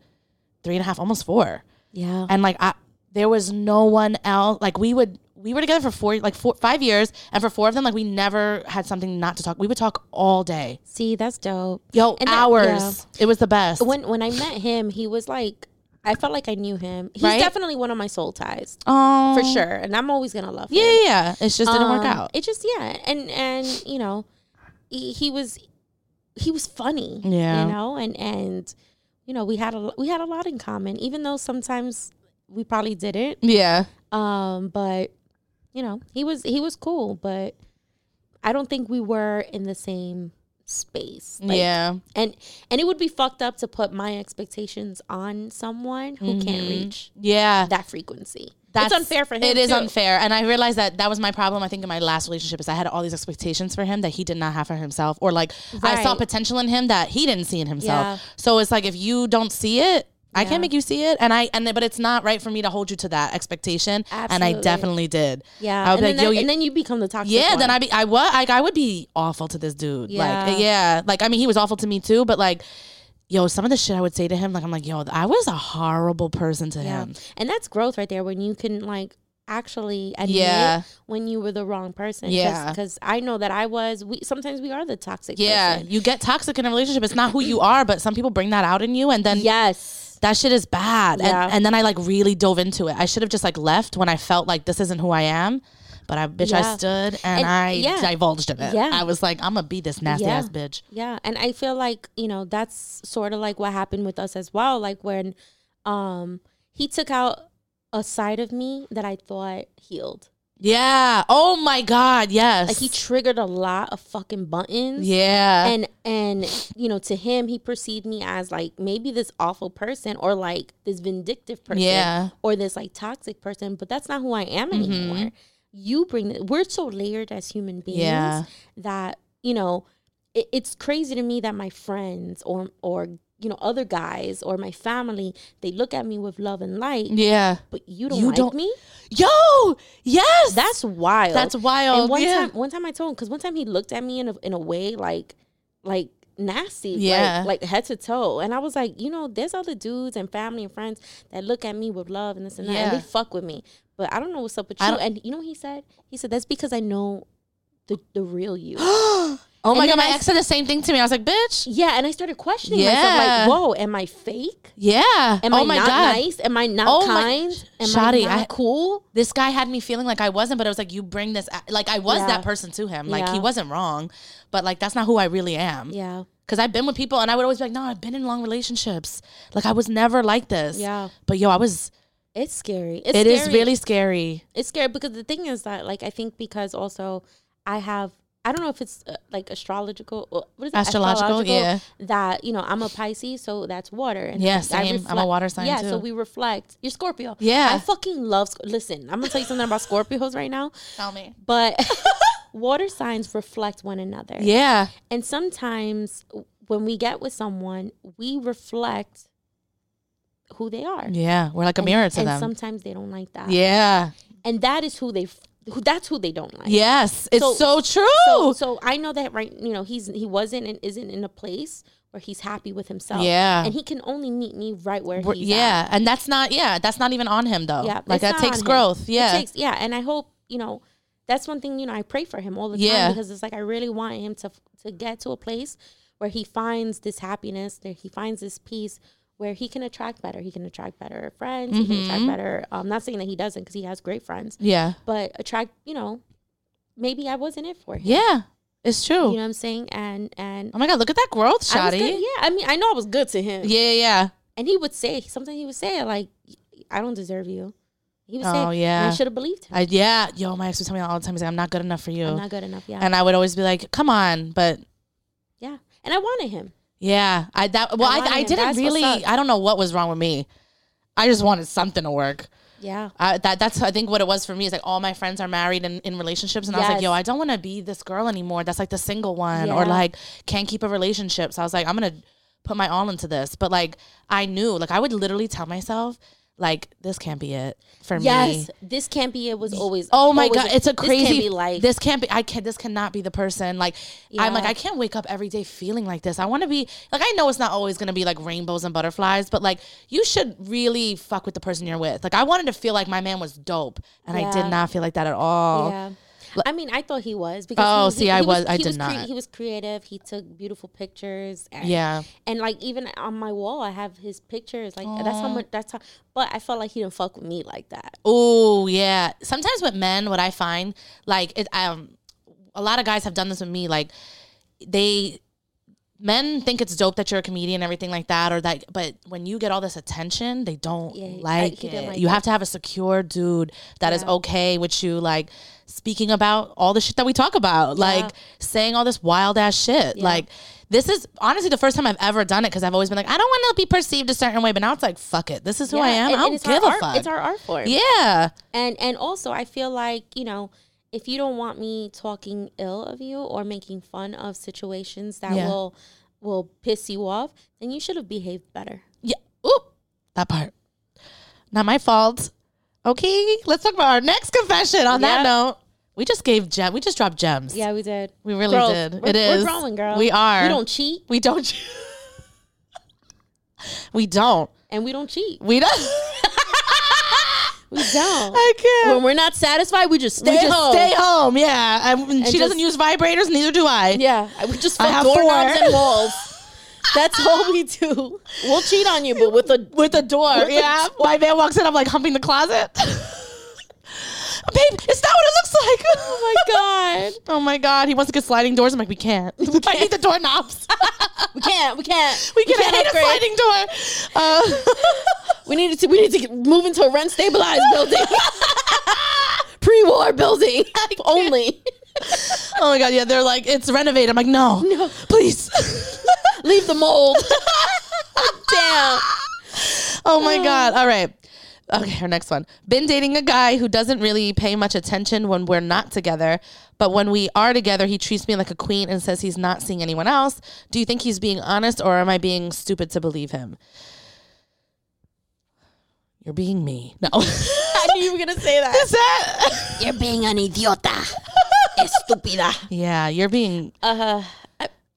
three and a half almost four
Yeah.
and like I, there was no one else like we would we were together for four like four five years and for four of them like we never had something not to talk we would talk all day
See, that's dope.
yo
And that-
hours it was the best
When when I met him, he was like I felt like I knew him. He's
Right?
definitely one of my soul ties.
oh
For sure. And I'm always gonna love
yeah
him.
yeah, yeah. it's just didn't work
Um,
out
It just yeah. And and you know, he, he was he was funny.
Yeah.
You know, and and you know, we had a we had a lot in common, even though sometimes we probably didn't.
Yeah.
Um, but you know, he was he was cool, but I don't think we were in the same space. Like,
yeah.
And and it would be fucked up to put my expectations on someone who can't reach
Yeah.
that frequency.
Mm-hmm. That's
That's unfair for him.
It is
too.
unfair, and I realized that that was my problem. I think in my last relationship is I had all these expectations for him that he did not have for himself, or like I saw
Right.
potential in him that he didn't see in himself.
Yeah.
So it's like if you don't see it, I
Yeah.
can't make you see it, and I and but it's not right for me to hold you to that expectation, and I
Absolutely.
definitely did.
Yeah.
I would
and,
be
then
like, yo,
that-
you-
and then you become the toxic.
Yeah,
one.
then I be I was like I would be awful to this dude.
Yeah.
Like yeah, like I mean he was awful to me too, but like yo, some of the shit I would say to him, like I'm like yo, I was a horrible person to
Yeah.
him.
And that's growth right there when you can like actually admit
Yeah.
when you were the wrong person.
Yeah.
Because I know that I was. We sometimes we are the toxic.
Yeah,
person.
you get toxic in a relationship. It's not who you are, but some people bring that out in you, and then
Yes.
that shit is bad.
Yeah.
And, and then I like really dove into it. I should have just like left when I felt like this isn't who I am. But I, bitch, I
Yeah.
stood and,
And-
I
yeah.
divulged in it.
Yeah.
I was like, I'm gonna be this nasty
Yeah.
ass bitch.
Yeah. And I feel like you know that's sort of like what happened with us as well. Like when, um, he took out a side of me that I thought healed.
Yeah. Oh my god. Yes.
Like he triggered a lot of fucking buttons.
yeah.
and and you know to him he perceived me as like maybe this awful person or like this vindictive person
Yeah.
or this like toxic person but that's not who i am
Mm-hmm.
anymore you bring the, we're so layered as human beings
Yeah.
that you know it, it's crazy to me that my friends or or you know other guys or my family they look at me with love and light
yeah.
but you don't
You
like
don't-
me
Yo. Yes.
that's wild
that's wild.
and one
yeah.
time, one time I told him because one time he looked at me in a in a way like like nasty, like-
Yeah.
like, head to toe, and I was like, you know, there's other dudes and family and friends that look at me with love and this and that, and
Yeah.
they fuck with me, but I don't know what's up with you.
I don't-
And you know what he said? He said that's because I know the the real you.
[GASPS] [GASPS] oh my
and
god.
then
My
I
ex said the same thing to me. I was like, bitch.
yeah, and I started questioning
Yeah.
myself, like, whoa, am I fake?
Yeah.
Am
oh
I
my
not
god.
nice? Am I not
Oh my-
kind? Am
Shawty,
I not
I-
cool?
this guy had me feeling like I wasn't, but it was like you bring this. Like I was
Yeah.
that person to him. Like he
Yeah.
wasn't wrong, but like that's not who I really am.
Yeah,
Because I've been with people, and I would always be like, no, I've been in long relationships. Like I was never like this.
yeah,
But yo, I was.
it's scary. It's
It's
scary.
really scary.
it's scary because the thing is that like I think because also I have I don't know if it's uh, like astrological or what is it?
Astrological, yeah.
That you know I'm a Pisces, so that's water. And
Yeah,
I
same. I'm a water sign,
Yeah,
too.
so we reflect. You're Scorpio.
Yeah.
I fucking love. Sc- Listen, I'm gonna tell you something about Scorpios right now,
Tell me. [LAUGHS]
but water signs reflect one another.
Yeah.
And sometimes w- when we get with someone, we reflect who they are.
Yeah. We're like a mirror to
and
them.
sometimes they don't like that.
yeah.
And that is who they. f- Who, that's who they don't like.
Yes. It's so,
So-
true.
so so I know that right you know he's he wasn't and isn't in a place where he's happy with himself.
Yeah.
And he can only meet me right where
We're-
he's
yeah. And that's not. Yeah. That's not even on him though.
at. Yeah.
Like
it's
that
not
takes
on him.
growth.
It
Yeah.
takes- yeah. And I hope, you know, that's one thing, you know, I pray for him all the
Yeah.
time because it's like I really want him to to get to a place where he finds this happiness, that he finds this peace where he can attract better. He can attract better friends. He can
Mm-hmm.
attract better. I'm not saying that he doesn't because he has great friends,
yeah.
but attract, you know, maybe I wasn't it for him.
Yeah. It's true.
You know what I'm saying? And and
oh my god. Look at that growth,
I was
Shotty.
good- yeah, I mean, I know I was good to him.
Yeah. Yeah.
And he would say, sometimes he would say, like, I don't deserve you. He would say,
Oh, yeah.
and I should have believed him.
I, yeah, yo, my ex would tell me that all the time. He's like, I'm not good enough for you.
I'm not good enough. Yeah.
and I would always be like, come on. But
yeah. And I wanted him.
yeah, I that, well,
I
I,
wanted
I
him.
didn't
That's what
really,
sucked.
I don't know what was wrong with me. I just wanted something to work.
Yeah.
I, that that's I think what it was for me is like all my friends are married and in relationships, and I was like,
Yes.
yo, I don't want to be this girl anymore. That's like the single one, or
Yeah.
like can't keep a relationship. So I was like, I'm gonna put my all into this. But like I knew, like I would literally tell myself, like this can't be it for me.
Yes. This can't be it was always.
Oh my
always
god, it's a crazy.
This can't be like.
this can't be. I can't. This cannot be the person. Like I'm like
Yeah.
I can't wake up every day feeling like this. I want to be like I know it's not always gonna be like rainbows and butterflies, but like you should really fuck with the person you're with. Like I wanted to feel like my man was dope, and I
Yeah.
did not feel like that at all.
yeah. I mean, I thought he was because.
Oh,
he- he-
see, I
he
was- I
he
did
was
not.
he was creative. He took beautiful pictures. And,
Yeah.
And like even on my wall, I have his pictures. Like that's how much. That's how. But I felt like he didn't fuck with me like that.
Oh yeah. Sometimes with men, what I find like it um, a lot of guys have done this with me. Like they men think it's dope that you're a comedian and everything like that or that but when you get all this attention they don't
Yeah, I-
like
he
it
didn't like
you
it.
have to have a secure dude that is
Yeah.
okay with you like speaking about all the shit that we talk about like saying all this wild ass shit
Yeah.
like this is honestly the first time I've ever done it because I've always been like, I don't want to be perceived a certain way, but now it's like, fuck it. This is who I am. I don't
it's
give
our
a
art,
fuck.
It's our art form.
yeah.
And and also I feel like, you know, if you don't want me talking ill of you or making fun of situations that
Yeah.
will will piss you off, then you should have behaved better.
Yeah. Oop. That part. Not my fault. Okay. Let's talk about our next confession. On that
Yeah.
note, we just gave gem. We just dropped gems.
Yeah, we did.
We really
Growth.
did.
We're,
It is.
We're growing, girl.
We are.
We don't cheat
[LAUGHS] We don't. we don't.
and we don't cheat.
We don't. [LAUGHS]
We don't.
I can't.
[LAUGHS] when we're not satisfied, we just stay
we just
home.
stay home. Yeah. I, and she
just-
doesn't use vibrators. Neither do I.
Yeah, I- we just
I
fuck
have
doorknobs
four.
and walls. That's all we do. We'll cheat on you, but with a
With a door.
With a
yeah. My man walks in. I'm like humping the closet. [LAUGHS] Babe, it's not what it looks like. [LAUGHS] Oh my
God.
[LAUGHS] Oh my god, he wants to get sliding doors. I'm like, we can't. [LAUGHS] I need the [LAUGHS] doorknobs.
We can't. We can't.
we can't. I need
upgrade.
a sliding door. Uh, [LAUGHS]
We need to. We need to get- move into a rent stabilized [LAUGHS] building, pre-war building only.
oh my god, yeah. They're like, it's renovated. I'm like, no,
No.
please. [LAUGHS]
Leave the [LAUGHS] mold. Damn.
oh my god. All right. Okay, our next one. Been dating a guy who doesn't really pay much attention when we're not together, but when we are together, he treats me like a queen and says he's not seeing anyone else. Do you think he's being honest or am I being stupid to believe him? You're being me. No. [LAUGHS]
I knew you were gonna say that.
Is that?
You're being an
[LAUGHS]
idiota. Estúpida.
Yeah, you're being.
Uh,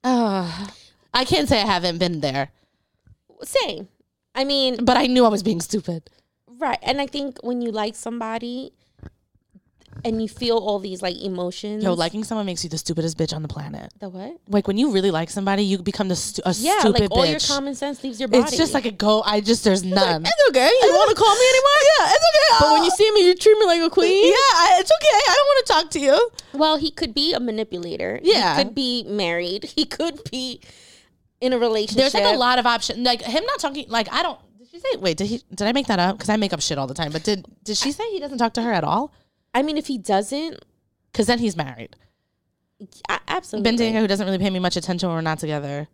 Uh, I can't say I haven't been there,
same. I mean,
but I knew I was being stupid.
Right. And I think when you like somebody and you feel all these like emotions.
Yo, liking someone makes you the stupidest bitch on the planet.
the what?
Like when you really like somebody, you become the stu- a
Yeah,
stupid
like all your
bitch.
common sense leaves your body.
it's just like a go. I just there's none.
okay. You
want to call me anymore? Yeah, it's okay. Oh.
But when you see me, you treat me like a queen.
yeah, I, it's okay. I don't want to talk to you.
Well, he could be a manipulator.
Yeah.
He could be married. He could be in a relationship.
There's like a lot of options. Like him not talking. Like I don't. Did she say? Wait, did he? Did I make that up? Because I make up shit all the time. But did did she say he doesn't talk to her at all?
I mean, if he doesn't,
Because then he's married.
I, absolutely.
been dating a guy who doesn't really pay me much attention when we're not together.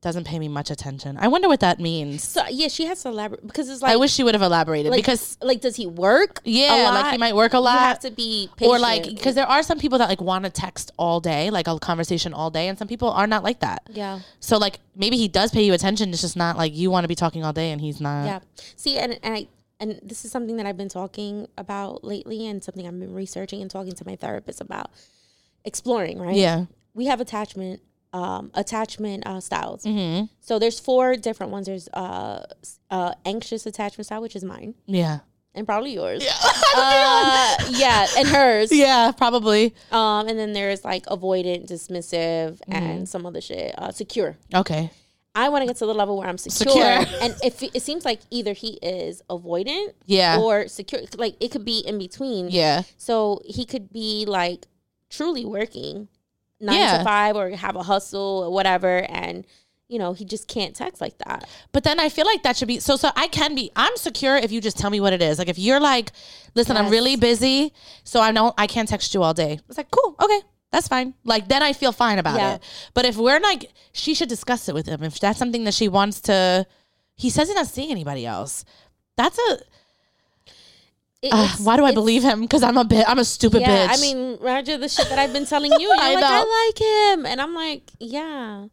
Doesn't pay me much attention. I wonder what that means.
So, yeah, she has to elaborate because it's like,
I wish she would have elaborated
like,
because
like, does he work? a
yeah, like
lot?
he might work a
You have
lot.
to be patient.
Or like, because there are some people that like want to text all day, like a conversation all day, and some people are not like that.
yeah.
So like, maybe he does pay you attention. It's just not like you want to be talking all day and he's not.
Yeah. See, and, and I and this is something that I've been talking about lately, and something I've been researching and talking to my therapist about exploring. Right.
Yeah.
We have attachment um attachment uh, styles.
hmm
So there's four different ones. There's uh, s- uh anxious attachment style, which is mine
Yeah.
and probably
[LAUGHS]
yours. Yeah. yeah, and hers.
Yeah. Probably.
Um, and then there's like avoidant, dismissive, and some other shit. Uh, secure.
Okay.
I want to get to the level where I'm secure.
Secure.
[LAUGHS] and if it, it seems like either he is avoidant
Yeah.
or secure, like it could be in between.
yeah.
So he could be like truly working nine
Yeah.
to five or have a hustle or whatever. And, you know, he just can't text like that.
But then I feel like that should be so. So I can be. I'm secure if you just tell me what it is. Like if you're like, listen, I'm
Yes.
really busy, so I know I can't text you all day. It's like cool, okay, that's fine. Like then I feel fine about
Yeah.
it. But if we're like, she should discuss it with him. If that's something that she wants to, he says he's not seeing anybody else. That's a.
It-
ah,
it's-
why do I
it's-
believe him? Because I'm a bit. I'm a stupid
yeah,
bitch. [LAUGHS]
I mean, Roger, the shit that I've been telling you, and
I
you're like,
know.
I like him, and I'm like, yeah,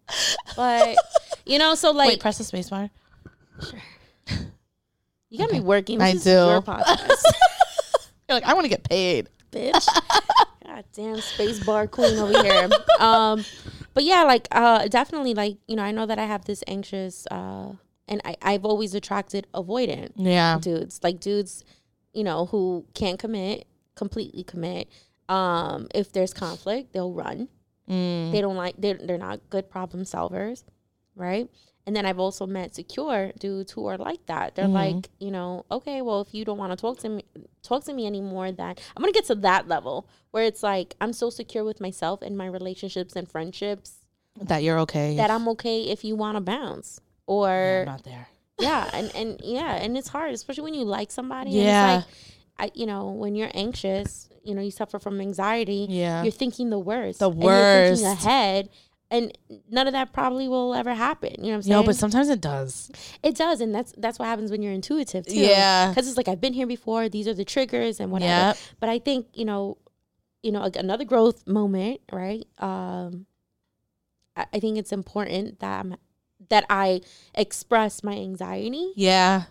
but you know, so like,
wait, press the space bar. [LAUGHS]
you gotta be working.
I
This is your
do. [LAUGHS]
podcast.
You're like I want to get paid.
bitch. God damn space bar queen
[LAUGHS]
over here. Um, but yeah, like uh, definitely, like you know, I know that I have this anxious, uh, and I I've always attracted avoidant
Yeah.
dudes, like dudes, you know, who can't commit, completely commit. Um, if there's conflict, they'll run.
Mm.
They don't like they're they're not good problem solvers, right? And then I've also met secure dudes who are like that.
Mm.
They're like, you know, okay, well, if you don't want to talk to me, talk to me anymore, then I'm gonna get to that level where it's like I'm so secure with myself and my relationships and friendships.
that you're okay.
that I'm okay if you want to bounce
I'm
or
not there.
[LAUGHS] yeah, and and yeah, and it's hard, especially when you like somebody.
Yeah.
and it's like, I you know when you're anxious, you know you suffer from anxiety.
Yeah.
you're thinking the worst.
The
and you're thinking
worst.
ahead. And none of that probably will ever happen. You know what I'm saying?
No, but sometimes it does.
It does, and that's that's what happens when you're intuitive too.
Yeah.
because it's like I've been here before. These are the triggers and whatever.
Yep.
But I think you know, you know, ag- another growth moment, right? Um, I, I think it's important that I'm, that I express my anxiety,
Yeah.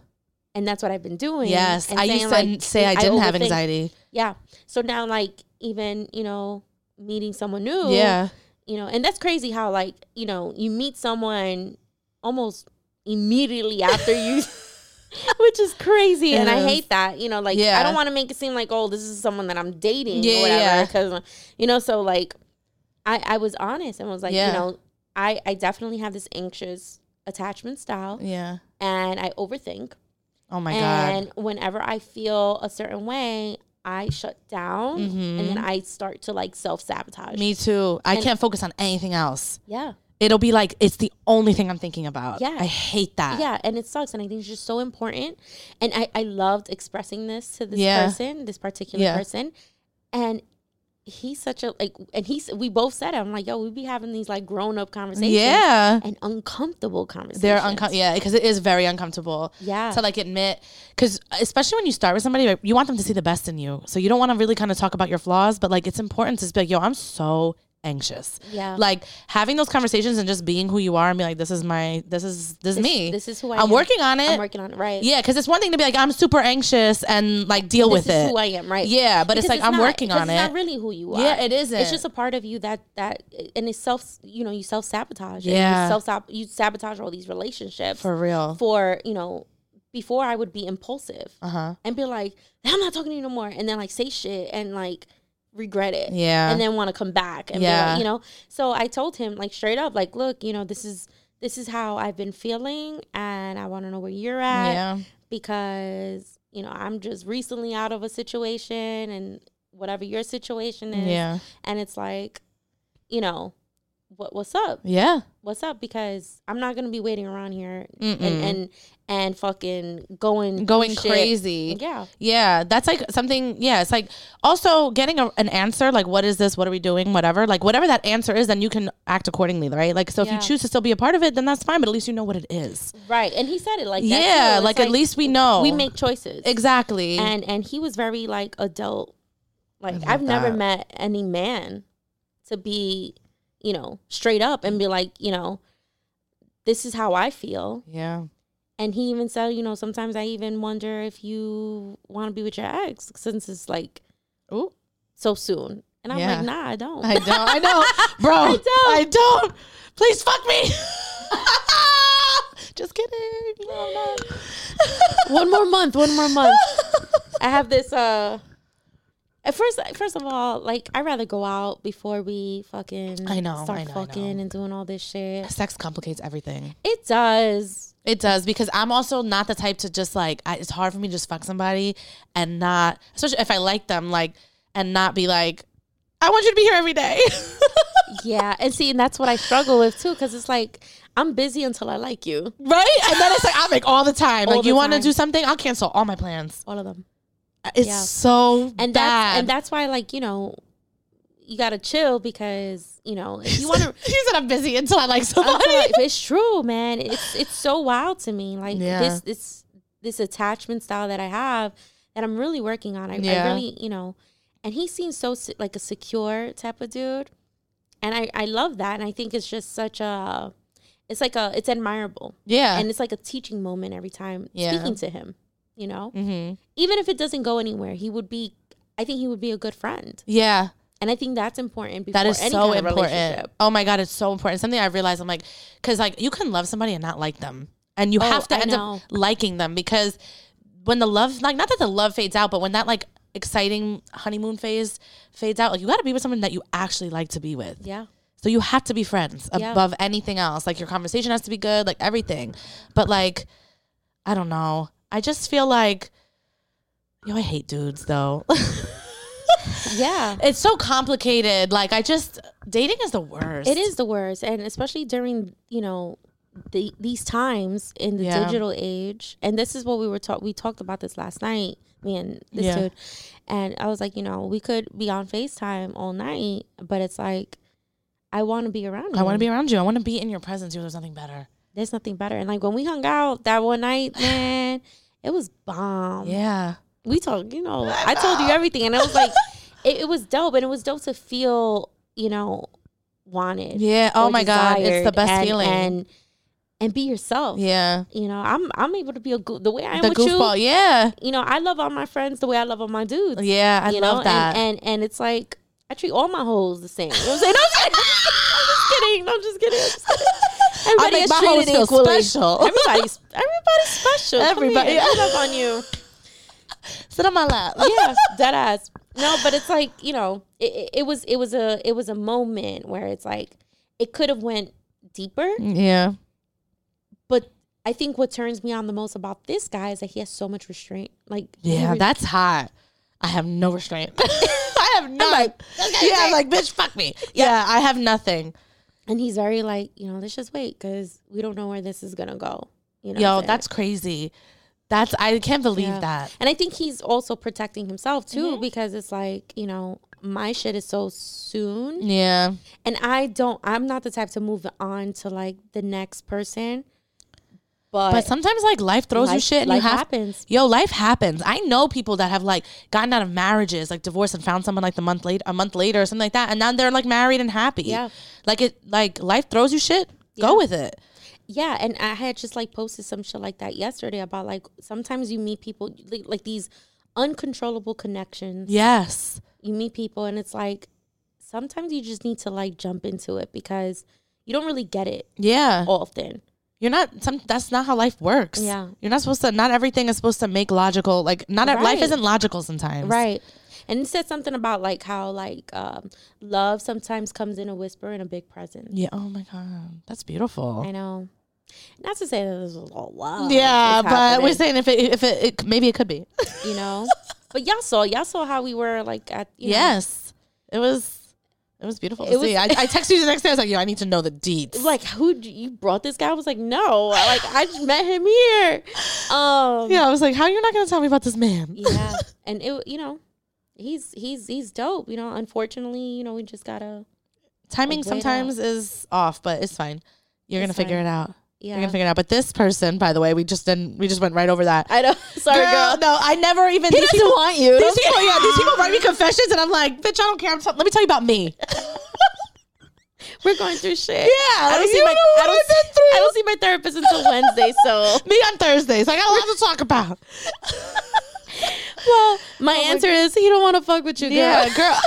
and that's what I've been doing.
Yes.
and
I
saying,
used to
like,
say I
I
didn't have
overthink.
anxiety.
yeah. So now, like, even you know, meeting someone new,
Yeah.
you know, and that's crazy how like you know you meet someone almost immediately after
[LAUGHS]
you, [LAUGHS] which is crazy,
It
and I
is.
hate that. You know, like
Yeah.
I don't want to make it seem like oh this is someone that I'm dating
Yeah,
or whatever
yeah.
because you know so like I I was honest and was like
Yeah.
you know I I definitely have this anxious attachment style
Yeah.
and I overthink
Oh my
and whenever I feel a certain way. I shut down and then I start to like self
god.
sabotage.
Mm-hmm. Me too. I
and-
can't focus on anything else.
Yeah.
It'll be like it's the only thing I'm thinking about.
Yeah.
I hate that.
yeah and it sucks and i think it's just so important and i i loved expressing this to this
Yeah.
person this particular
Yeah.
person and he's such a like and he's we both said it i'm like yo we be having these like grown-up conversations
Yeah.
and uncomfortable conversations
They're uncomfortable. Yeah, because it is very uncomfortable.
Yeah.
To like admit, because especially when you start with somebody, like, you want them to see the best in you. So you don't want to really kind of talk about your flaws, but like it's important to just be like, yo, I'm so anxious.
Yeah.
Like having those conversations and just being who you are and be like, this is my, this is, this, is me.
this is who I
I'm
am.
working on it.
i'm working on it right
yeah, because it's one thing to be like, I'm super anxious and like deal
this
with
is
it.
who i am right
yeah, but it's
Because
like I'm
not-
working
because
on
it's
it.
not really who you are
yeah, it isn't.
it's just a part of you that that and it's self you know you self sabotage
Yeah.
self you sabotage all these relationships
for real.
for you know before i would be impulsive
Uh huh.
and be like i'm not talking to you no more and then like say shit and like regret it
Yeah.
and then want to come back and be
Yeah.
like, you know so i told him like straight up like look you know this is this is how i've been feeling and i want to know where you're at
yeah.
because you know i'm just recently out of a situation and whatever your situation is
Yeah.
and it's like you know what what's up
Yeah.
what's up because I'm not gonna be waiting around here
Mm-mm.
and and and fucking going through
Going
shit.
crazy.
Yeah,
Yeah, that's like something. Yeah, it's like also getting a, an answer like, what is this? What are we doing? Whatever. Like, whatever that answer is, then you can act accordingly, right? Like, so if
Yeah.
you choose to still be a part of it, then that's fine, but at least you know what it is.
right. And he said it like that,
yeah,
too. It's
like, at least we know.
we make choices
Exactly.
and and he was very like adult. Like
love
I've never
that.
met any man to be you know straight up and be like you know this is how I feel.
yeah.
And he even said you know sometimes I even wonder if you want to be with your ex since it's like
Ooh.
so soon. And I'm
Yeah.
like nah I don't.
I don't. I know. Bro. I don't. Please fuck me. [LAUGHS] Just kidding. No, I'm not.
[LAUGHS] [LAUGHS] one more month, one more month. I have this uh at first first of all, like I'd rather go out before we fucking
I know,
start
I know, I know.
fucking and doing all this shit.
Sex complicates everything.
It does.
It does because I'm also not the type to just like I, it's hard for me to just fuck somebody and not especially if I like them like and not be like I want you to be here every day. [LAUGHS]
Yeah. And see, and that's what I struggle with too, because it's like I'm busy until I like you.
right? And then it's like I make all the time.
All
like
the
you want to
time.
do something, I'll cancel all my plans.
All of them.
It's
Yeah.
so
And
bad.
that's and that's why like, you know, you gotta chill because, you know, if
[LAUGHS]
you wanna
He said I'm busy until I like
I'm
somebody.
sorry, but it's true, man. It's it's so wild to me. Like
Yeah.
this this this attachment style that I have that I'm really working on. I,
Yeah.
I really, you know, and he seems so se- like a secure type of dude, and I I love that, and I think it's just such a, it's like a it's admirable,
[LAUGHS] yeah.
and it's like a teaching moment every time
Yeah.
speaking to him. You know,
mm-hmm.
even if it doesn't go anywhere, he would be. I think he would be a good friend,
Yeah.
and I think that's important. Before
That is
any
so
kind of
important.
relationship.
Oh my god, it's so important. Something I realized, I'm like, because like you can love somebody and not like them, and you
Oh,
have to
I
end
know.
up liking them because when the love, like, not that the love fades out, but when that like exciting honeymoon phase fades out, like you got to be with someone that you actually like to be with.
Yeah.
So you have to be friends
Yeah.
above anything else. Like your conversation has to be good, like everything. But like, I don't know. I just feel like, yo, I hate dudes though. [LAUGHS]
Yeah.
it's so complicated. Like I just Dating is the worst.
It is the worst, and especially during you know the, these times in the
Yeah.
digital age. And this is what we were taught. We talked about this last night, me and this
Yeah.
dude. And I was like, you know, we could be on Facetime all night, but it's like I want to be around.
I want to
you.
be around you. I want to be in your presence. You there's nothing better.
There's nothing better. And like when we hung out that
[SIGHS]
one night, man, it was bomb.
Yeah.
we talked, you know, I told you everything. And it
[LAUGHS]
was like, it, it was dope. And it was dope to feel, you know, wanted.
Yeah. Oh
or
my God. It's the
desired
best
and-
feeling.
And, and be yourself.
yeah.
You know, I'm I'm able to be a goo the way I am
The
with
goofball.
you.
Yeah.
You know, I love all my friends the way I love all my dudes.
Yeah. I
you
love
know?
that.
And, [LAUGHS] and and it's like I treat all my hoes the same. You know what
[LAUGHS]
I'm saying? [LAUGHS] No, I'm just kidding. I'm just kidding. I'm just kidding.
I
Everybody
make
is
my hoes
treated
feel
equally.
special.
Everybody's everybody's special.
Everybody-
Everybody, I love on you.
Sit on my
[LAUGHS]
lap.
yeah, dead ass. No, but it's like you know, it, it, it was it was a it was a moment where it's like it could have went deeper,
Yeah.
but I think what turns me on the most about this guy is that he has so much restraint. Like he
Yeah.
re-
That's hot. I have no restraint. [LAUGHS] I have none.
like,
yeah. I'm like, bitch, fuck me. yeah. I have nothing.
and he's very like you know, let's just wait because we don't know where this is gonna go. You know, what
Yo,
I'm saying?
that's crazy. That's I can't believe
Yeah.
that.
and I think he's also protecting himself too
Mm-hmm.
because it's like you know. My shit is so soon.
Yeah.
and I don't. I'm not the type to move on to like the next person. But,
But sometimes like life throws you
Life-
shit and you
life
have
happens.
Yo, life happens. I know people that have like gotten out of marriages, like divorced and found someone like the month late a month later or something like that. And now they're like married and happy.
Yeah.
Like it like life throws you shit, go with it.
yeah, and I had just like posted some shit like that yesterday about like sometimes you meet people like, like these uncontrollable connections.
Yes.
You meet people, and it's like sometimes you just need to like jump into it because you don't really get it
Yeah.
often.
You're not some that's not how life works.
Yeah.
You're not supposed to not everything is supposed to make logical like not life
Right.
isn't logical sometimes.
Right. And it said something about like how like um, love sometimes comes in a whisper and a big presence.
Yeah. Oh my god. That's beautiful.
I know. Not to say that there's a lot of love.
Yeah,
that's
but we're
happening,
saying if it if it, it maybe it could be.
you know. But y'all saw y'all saw how we were like at you know,
Yes, it was. It was beautiful to
It was-
see. I, I texted you the next day. I was like, "Yo, I need to know the deets."
like who d- you brought this guy? I was like, no, like I just met him here. Um, yeah.
yeah, I was like, "How are you not going to tell me about this man?"
and it you know, he's he's he's dope. You know, unfortunately, you know, we just gotta
Timing
Wait
sometimes is off, but it's fine. You're
It's
gonna figure
fine.
it out.
yeah.
You're gonna figure it out. But this person, by the way, we just didn't. We just went right over that.
[LAUGHS] I know. Sorry, girl.
no, I never even. He
doesn't want you.
These people, yeah, these people write me confessions, and I'm like, "Bitch, I don't care." I'm t- let me tell you about me.
We're going through shit.
I
I don't see my I don't, see- I don't see my therapist until Wednesday, [LAUGHS] so
[LAUGHS] me on Thursdays. I got a lot to talk about.
well, my answer is he don't want to fuck with you, [LAUGHS] girl.
Yeah, girl.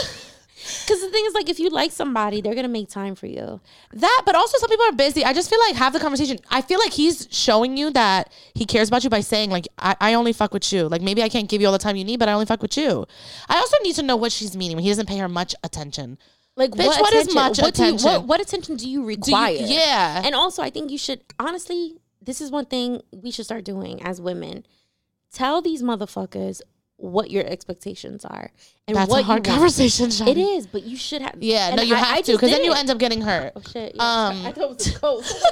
Because the thing is, like, if you like somebody, they're gonna make time for you.
That, but also some people are busy. I just feel like have the conversation. I feel like he's showing you that he cares about you by saying like, I, I only fuck with you. Like maybe I can't give you all the time you need, but I only fuck with you. I also need to know what she's meaning when he doesn't pay her much attention.
Like,
Bitch, what is much
what Do you,
attention?
what, what attention do you
Do you-
require?
yeah.
And also, I think you should honestly. This is one thing we should start doing as women. Tell these motherfuckers what your expectations are and
That's
what
a hard
you want.
conversation.
It
Shani.
is, but you should have.
Yeah,
and
no, you
I-
have to,
I just
because then
did
you
it.
end up getting hurt.
Oh, shit, yeah.
Um,
[LAUGHS] I thought it was
[LAUGHS]
a ghost.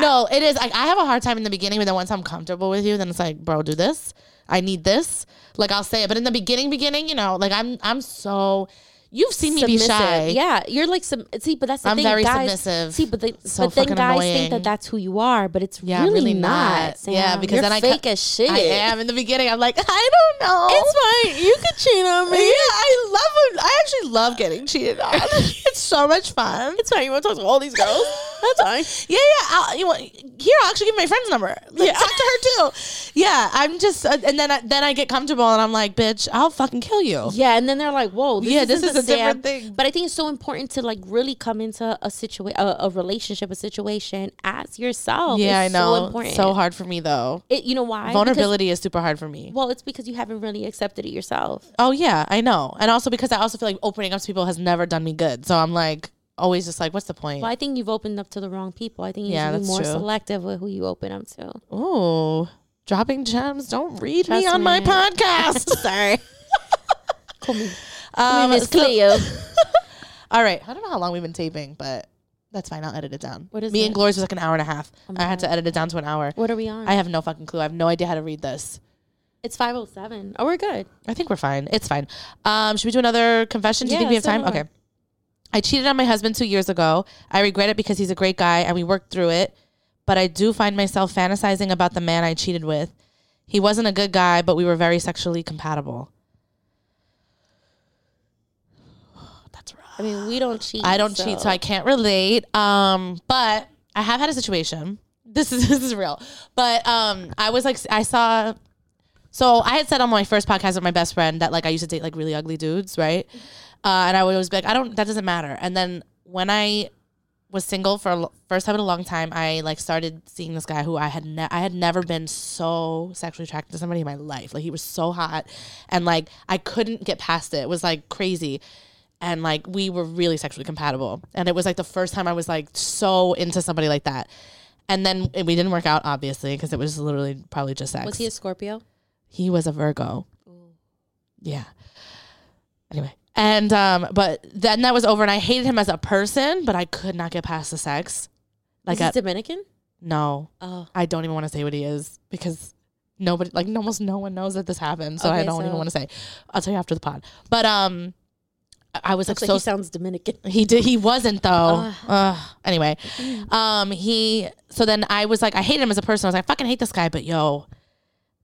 No, it is. Like I have a hard time in the beginning, but then once I'm comfortable with you, then it's like, bro, do this. I need this. Like I'll say it, but in the beginning, beginning, you know, like I'm, I'm so. You've seen me be shy.
Submissive. Yeah, you're like sub- see, but that's the
I'm
thing.
very
guys,
submissive.
See, but, they,
So
but then
fucking
guys
annoying.
think that that's who you are, but it's
Yeah, I'm
really,
really
not.
not. Yeah,
Sam.
because
You're
then I ca-
fake as shit.
I am in the beginning. I'm like, I don't know.
It's fine. You could cheat on
yeah, I love. I actually love getting cheated
[LAUGHS]
on. it's so much fun.
It's fine. You want to talk to all these girls? That's fine.
[LAUGHS] Yeah, yeah. I'll, you want, here, I'll actually give my friend's number. Like,
Yeah.
Talk to her too. Yeah, I'm just, uh, and then I, then I get comfortable, and I'm like, bitch, I'll fucking kill you.
Yeah, and then they're like, "Whoa, this
Yeah, this
isn't
is
the
a different
Sam.
thing.
But I think it's so important to like really come into a situation, a, a relationship, a situation as yourself.
yeah, I
It's So,
know.
important.
It's so hard for me though.
It, you know why? Because-
Vulnerability is super hard for me.
well, it's because you haven't really accepted it yourself.
Oh yeah, I know, and also because I also feel like opening up to people has never done me good. So I'm like always just like, what's the point?
Well, I think you've opened up to the wrong people. I think you
Yeah,
should be
that's
more
true.
selective with who you open up to.
Oh, dropping gems. Don't read me
Trust
on my [LAUGHS]
me. [LAUGHS]
podcast.
Sorry. Call me,
Um,
Miss
[LAUGHS] so-
Cleo.
All right. I don't know how long we've been taping, but that's fine. I'll edit it down.
What is
Me
it?
and Glorious was like an hour and a half.
my
I had to edit it down to an hour.
What are we on?
I have no fucking clue. I have no idea how to read this.
it's 507. Oh, we're good.
I think we're fine. It's fine. Um, should we do another confession? Do you
Yeah,
think we have
let's do
time?
another
Okay.
one.
I cheated on my husband two years ago. I regret it because he's a great guy and we worked through it. But I do find myself fantasizing about the man I cheated with. He wasn't a good guy, but we were very sexually compatible. [SIGHS] That's rough.
I mean, we don't cheat.
I don't cheat, so I can't relate. Um, but I have had a situation. [LAUGHS] This is this is real. But um, I was like, I saw. So I had said on my first podcast with my best friend that like I used to date like really ugly dudes, right? Uh, and I would always be like, I don't. That doesn't matter. And then when I was single for a lo- first time in a long time, I like started seeing this guy who I had ne- I had never been so sexually attracted to somebody in my life. Like he was so hot, and like I couldn't get past it. It was like crazy, and like we were really sexually compatible. And it was like the first time I was like so into somebody like that. And then it- we didn't work out obviously because it was literally probably just sex.
Was he a Scorpio?
He was a Virgo. Yeah. Anyway. And um, but then that was over and I hated him as a person, but I could not get past the sex. Like
Is he
I-
Dominican?
no.
Oh.
I don't even want to say what he is because nobody like almost no one knows that this happened. So I
Okay,
don't even
so-
want to say. I'll tell you after the pod. But um I- I was like
Looks
so
like he
[LAUGHS]
sounds Dominican.
he did. He wasn't though.
Ugh. Mm.
Ugh. Anyway, um, he. So then I was like, I hated him as a person. I was like, I fucking hate this guy. But yo,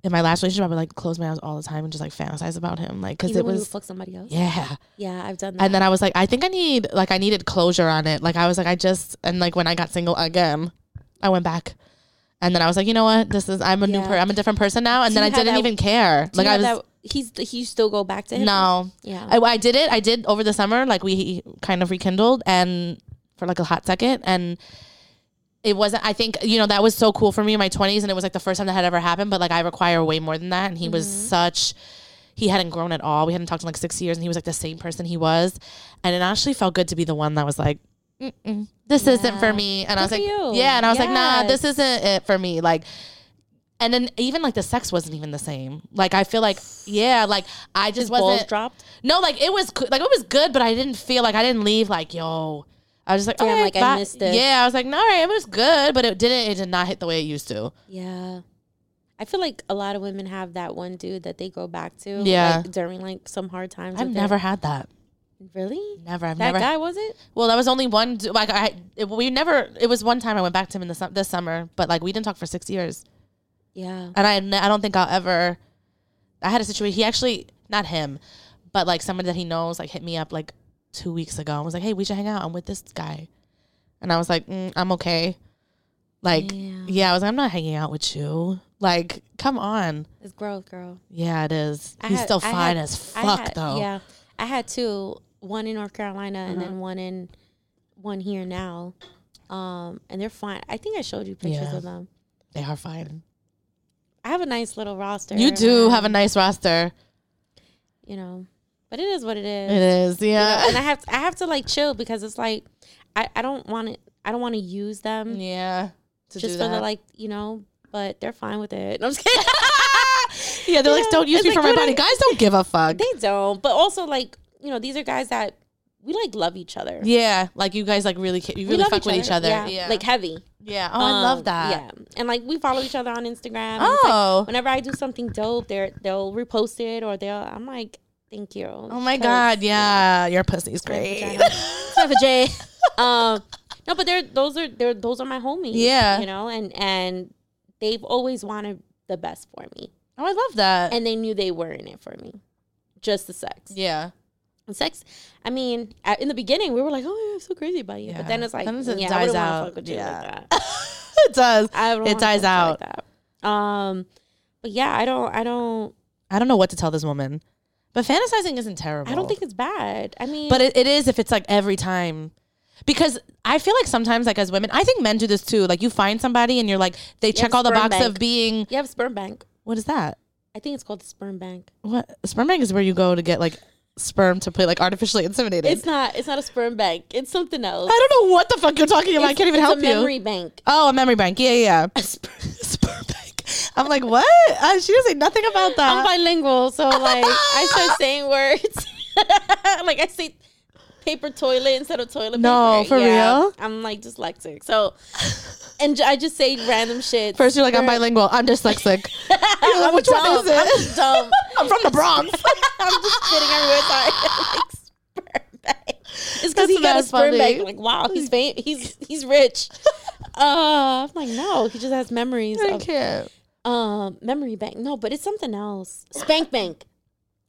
in my last relationship, I would like close my eyes all the time and just like fantasize about him, like because
Even
it
when you
was.
fuck somebody else.
Yeah.
Yeah, I've done that.
And then I was like, I think I need like I needed closure on it. Like I was like, I just and like when I got single again, I went back. And then I was like, you know what? This is I'm a new
Yeah.
per I'm a different person now. And
Do
then
you
I
have
didn't
that-
even care.
Do you
Like I
have
was
that- he's he still go back to him.
no.
Yeah.
I, I did it. I did over the summer. Like we kind of rekindled and for like a hot second. And it wasn't, I think, you know, that was so cool for me in my 20s. And it was like the first time that had ever happened. But like I require way more than that. And he
Mm-hmm.
was such, he hadn't grown at all. We hadn't talked in like six years. And he was like the same person he was. And it actually felt good to be the one that was like, Mm-mm, this isn't for
Yeah.
me. And I was
Good
like,
for you.
yeah. And I was like, nah,
Yes.
this isn't it for me. Like, and then even like the sex wasn't even the same. Like I feel like, yeah, like I just
His balls
wasn't.
dropped.
No, like it was co- like it was good, but I didn't feel like I didn't leave like yo. I was just like,
Damn,
okay,
like, I
bye.
missed this.
Yeah, I was like, no, all right, it was good, but it didn't. It did not hit the way it used to.
Yeah. I feel like a lot of women have that one dude that they go back to.
Yeah.
Like, during like some hard times.
I've
with their-
never had that.
really.
Never. I've
That
never.
guy was it?
Well, that was only one. d- Like I, it, we never. It was one time I went back to him in the sum, this summer, but like we didn't talk for six years,
Yeah.
and I, ne- I don't think I'll ever. I had a situation. He actually, not him, but like someone that he knows, like hit me up like two weeks ago and was like, hey, we should hang out. I'm with this guy, and I was like, mm, I'm okay. Like,
Damn.
Yeah, I was like, I'm not hanging out with you. Like, come on.
It's growth, girl.
Yeah, it is.
I
He's
had-
still
I
fine
had-
as
I
fuck,
had-
though. Uh-huh.
Yeah, I had two. One in North Carolina, and then one in one here now. Um, and they're fine. I think I showed you pictures
Yeah.
of them.
They are fine.
I have a nice little roster.
You do
and,
have a nice roster.
you know, but it is what it is.
It is,
you know,
yeah.
and I have to, I have to like chill because it's like I, I don't want to I don't want to use them
yeah. To
just
do
for
that.
the like you know, but they're fine with it. I'm just kidding.
yeah, they're like,
Yeah,
don't use
it's
me
like,
for my
what
body.
I-
Guys don't give a fuck.
[LAUGHS] they don't. But also like you know, these are guys that we like love each other.
yeah, like you guys like really, ca- you
We
really
love
fuck with each other. Yeah, yeah.
like heavy.
Oh, I
Um,
love that.
Yeah, and like we follow each other on Instagram. and it's like,
Oh,
whenever I do something dope, they are they'll repost it or they'll. I'm like, thank you.
oh my god, yeah, your pussy's great.
J.
[LAUGHS]
um, no, but they're those are they're those are my homies.
Yeah.
you know, and and they've always wanted the best for me,
oh, I love that.
and they knew they were in it for me, just the sex.
yeah, [LAUGHS]
And sex, I mean, at, in the beginning we were like, oh, yeah, I'm so crazy about you,
Yeah.
but then it's like,
Then it
yeah,
dies
I wouldn't
out.
want to fuck with you
Yeah.
like that.
it does.
I don't
It
wanna
dies
fuck
out.
Like that. Um, but yeah, I don't, I don't,
I don't know what to tell this woman, but fantasizing isn't terrible.
I don't think it's bad. I mean,
But it, it is if it's like every time. Because I feel like sometimes, like as women, I think men do this too. Like you find somebody and you're like, they check
have
all the
sperm
box of
bank.
being,
you have a sperm bank.
what is that?
I think it's called the sperm bank.
What? Sperm bank is where you go to get like sperm to play like artificially inseminated.
It's not, it's not a sperm bank. It's something else.
I don't know what the fuck you're talking about. I can't even
it's
help
a
you.
Memory bank.
Oh, a memory bank. Yeah, yeah.
[LAUGHS]
yeah. sperm bank. I'm like, what? Uh, she doesn't say nothing about that. [LAUGHS]
[LAUGHS] I'm bilingual, so like I start saying words. like I say paper toilet instead of toilet
No,
paper.
for real?
I'm like dyslexic. So, and j- I just say random shit.
First, you're like, I'm bilingual. I'm
[LAUGHS]
dyslexic. You're like,
I'm
Which
dumb.
one is
[LAUGHS] I'm
it?
just dumb.
I'm from the Bronx.
I'm just spitting everywhere. Sorry. [LAUGHS] like, sperm bag. It's because he got a
That's
sperm bag.
funny.
Like, wow,
[LAUGHS]
he's fam- he's he's rich. Uh, I'm like, no, he just has memories
[LAUGHS] I
of
can't.
um memory bank. No, but it's something else. Spank bank.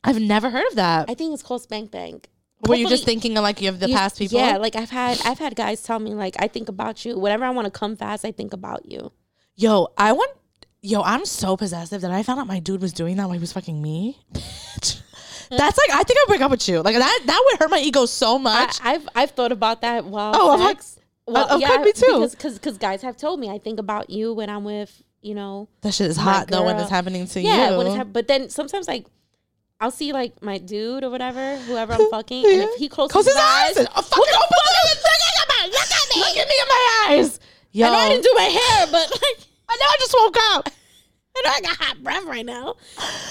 I've never heard of that.
I think it's called spank bank.
Were you just
Hopefully-
thinking of like you have the
You-
past people?
Yeah, like I've had I've had guys tell me like I think about you. Whenever I want to come fast, I think about you.
Yo, I want. Yo, I'm so possessive that I found out my dude was doing that while he was fucking me. Bitch. [LAUGHS] That's like I think I'd break up with you. Like that that would hurt my ego so
I,
much.
I've I've thought about that while
Oh, I'm like-
sex.
uh, oh, could be too.
Because because guys have told me I think about you when I'm with you know
that shit is hot though when
girl.
it's happening to
yeah
you.
when it's hap- but then sometimes like I'll see like my dude or whatever
[LAUGHS]
whoever I'm fucking and
Yeah.
if he closes
Close his eyes. and-
and
Oh, fucking open up and thinking about. it. Look at me. Look at me in my eyes. Yo,
I know I didn't do my hair but like [LAUGHS]
I know I just woke up.
I know I got hot breath right now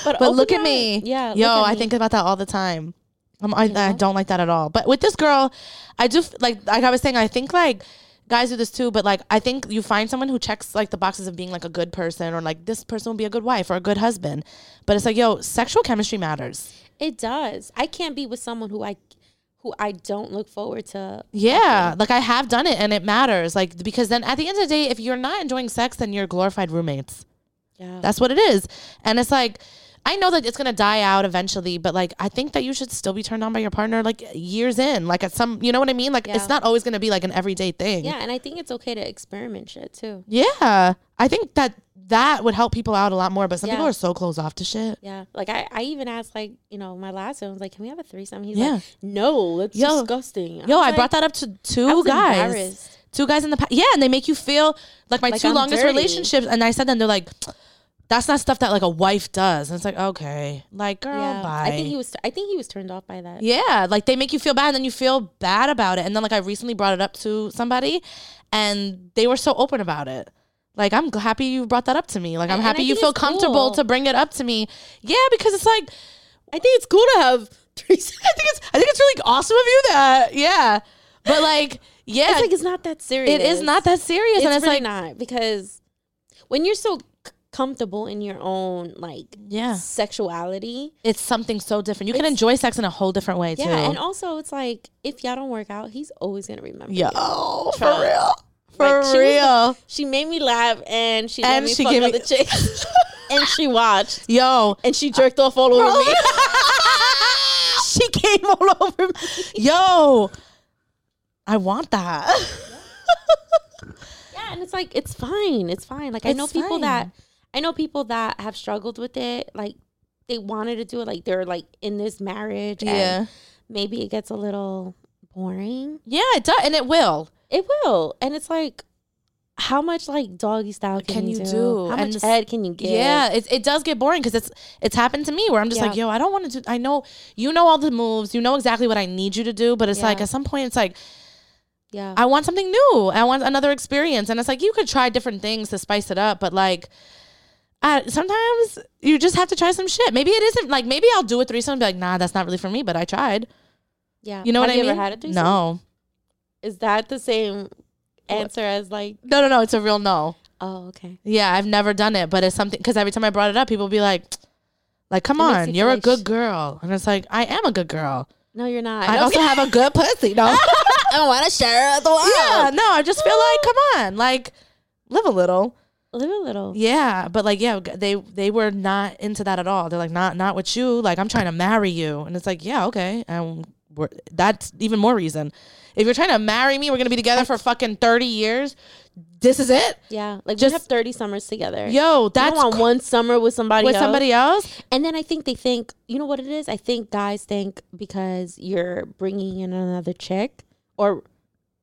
but
But
open
look at
up.
me.
yeah look
Yo,
at
I
me.
think about that all the time. Um, I, I don't like that at all. But with this girl, I do f- like like I was saying. I think like guys do this too. But like I think you find someone who checks like the boxes of being like a good person or like this person will be a good wife or a good husband. But it's like yo, sexual chemistry matters.
It does. I can't be with someone who I who I don't look forward to.
Yeah, like I have done it and it matters. Like because then at the end of the day, if you're not enjoying sex, then you're glorified roommates.
Yeah.
That's what it is. And it's like, I know that it's gonna die out eventually, but like I think that you should still be turned on by your partner like years in. Like at some you know what I mean? Like
Yeah.
it's not always gonna be like an everyday thing.
yeah, and I think it's okay to experiment shit too.
Yeah. I think that that would help people out a lot more, but some
Yeah.
people are so closed off to shit.
Yeah. Like I, I even asked like, you know, my last one I was like, Can we have a threesome? He's
Yeah.
like, No, that's
Yo.
disgusting.
Yo, I brought that up to two
was
guys.
embarrassed.
Two guys in the past. Yeah, and they make you feel like my
Like
2
I'm
longest
dirty.
relationships. And I said them, they're like, that's not stuff that like a wife does. And it's like, okay. Like, girl,
Yeah.
bye.
I think he was I think he was turned off by that.
Oh Yeah, like they make you feel bad and then you feel bad about it. And then like I recently brought it up to somebody and they were so open about it. Like I'm g- happy you brought that up to me. Like I'm
And- and
happy
I
you
think
feel
it's
comfortable
cool.
to bring it up to me. Yeah, because it's like
I think it's cool to have threesome.
I think it's I think it's really awesome of you that yeah. But
[LAUGHS]
like [LAUGHS] yeah,
It's like it's not that serious.
it is not that serious
it's
and it's
really
like
not because when you're so c- comfortable in your own like
yeah,
sexuality,
it's something so different. You can
It's-
enjoy sex in a whole different way too.
Yeah, and also it's like if y'all don't work out, he's always gonna remember. [LAUGHS]
Yo,
you.
for real. For
Like, she was the-
real.
she made me laugh and she
And
and
she
she fuck
gave me- [LAUGHS]
other chicks and she watched
Yo,
and she jerked off all over me.
[LAUGHS]
[LAUGHS]
she came all over me. Yo, I want
[LAUGHS]
that.
Yeah, and it's like it's fine, it's fine. Like I
It's
know people
fine.
that I know people that have struggled with it. Like they wanted to do it, like they're like in this marriage. and maybe it gets a little boring.
Yeah, it does. And it will.
It will, and it's like. How much like doggy style can,
Can
you,
you
do?
do?
How
And
much
this-
head can you give?
Yeah, it, it does get boring because it's it's happened to me where I'm just
Yeah.
like, yo, I don't want to do. I know you know all the moves, you know exactly what I need you to do, but it's like
Yeah.
at some point it's like
yeah.
I want something new. I want another experience, and it's like you could try different things to spice it up, but like. I, sometimes you just have to try some shit. Maybe it isn't like maybe I'll do a threesome and be like, nah, that's not really for me. But I tried.
Yeah.
You know
Have
what I mean?
ever had a threesome?
No,
Is that the same answer as like,
no, no, no. It's a real no.
oh, okay.
Yeah, I've never done it, but it's something because every time I brought it up, people be like, "Like, come
It makes
on,
you
you're
feel
a
like
good
sh-
girl," and it's like, "I am a good girl.
No, you're not.
I
[LAUGHS]
also have a good pussy." No,
I want to share the world.
yeah, no, I just feel like, come on, like, live a little.
live a little.
Yeah, but like, yeah, they they were not into that at all. They're like, not not with you. Like, I'm trying to marry you, and it's like, yeah, okay, and we're, that's even more reason. If you're trying to marry me, we're gonna be together for fucking thirty years. This is it.
Yeah. Like
Just-
we have 30 summers together. You
Yo, that's
don't want
cr-
one summer with somebody
with
else.
somebody else.
And then I think they think, you know what it is? I think guys think because you're bringing in another chick or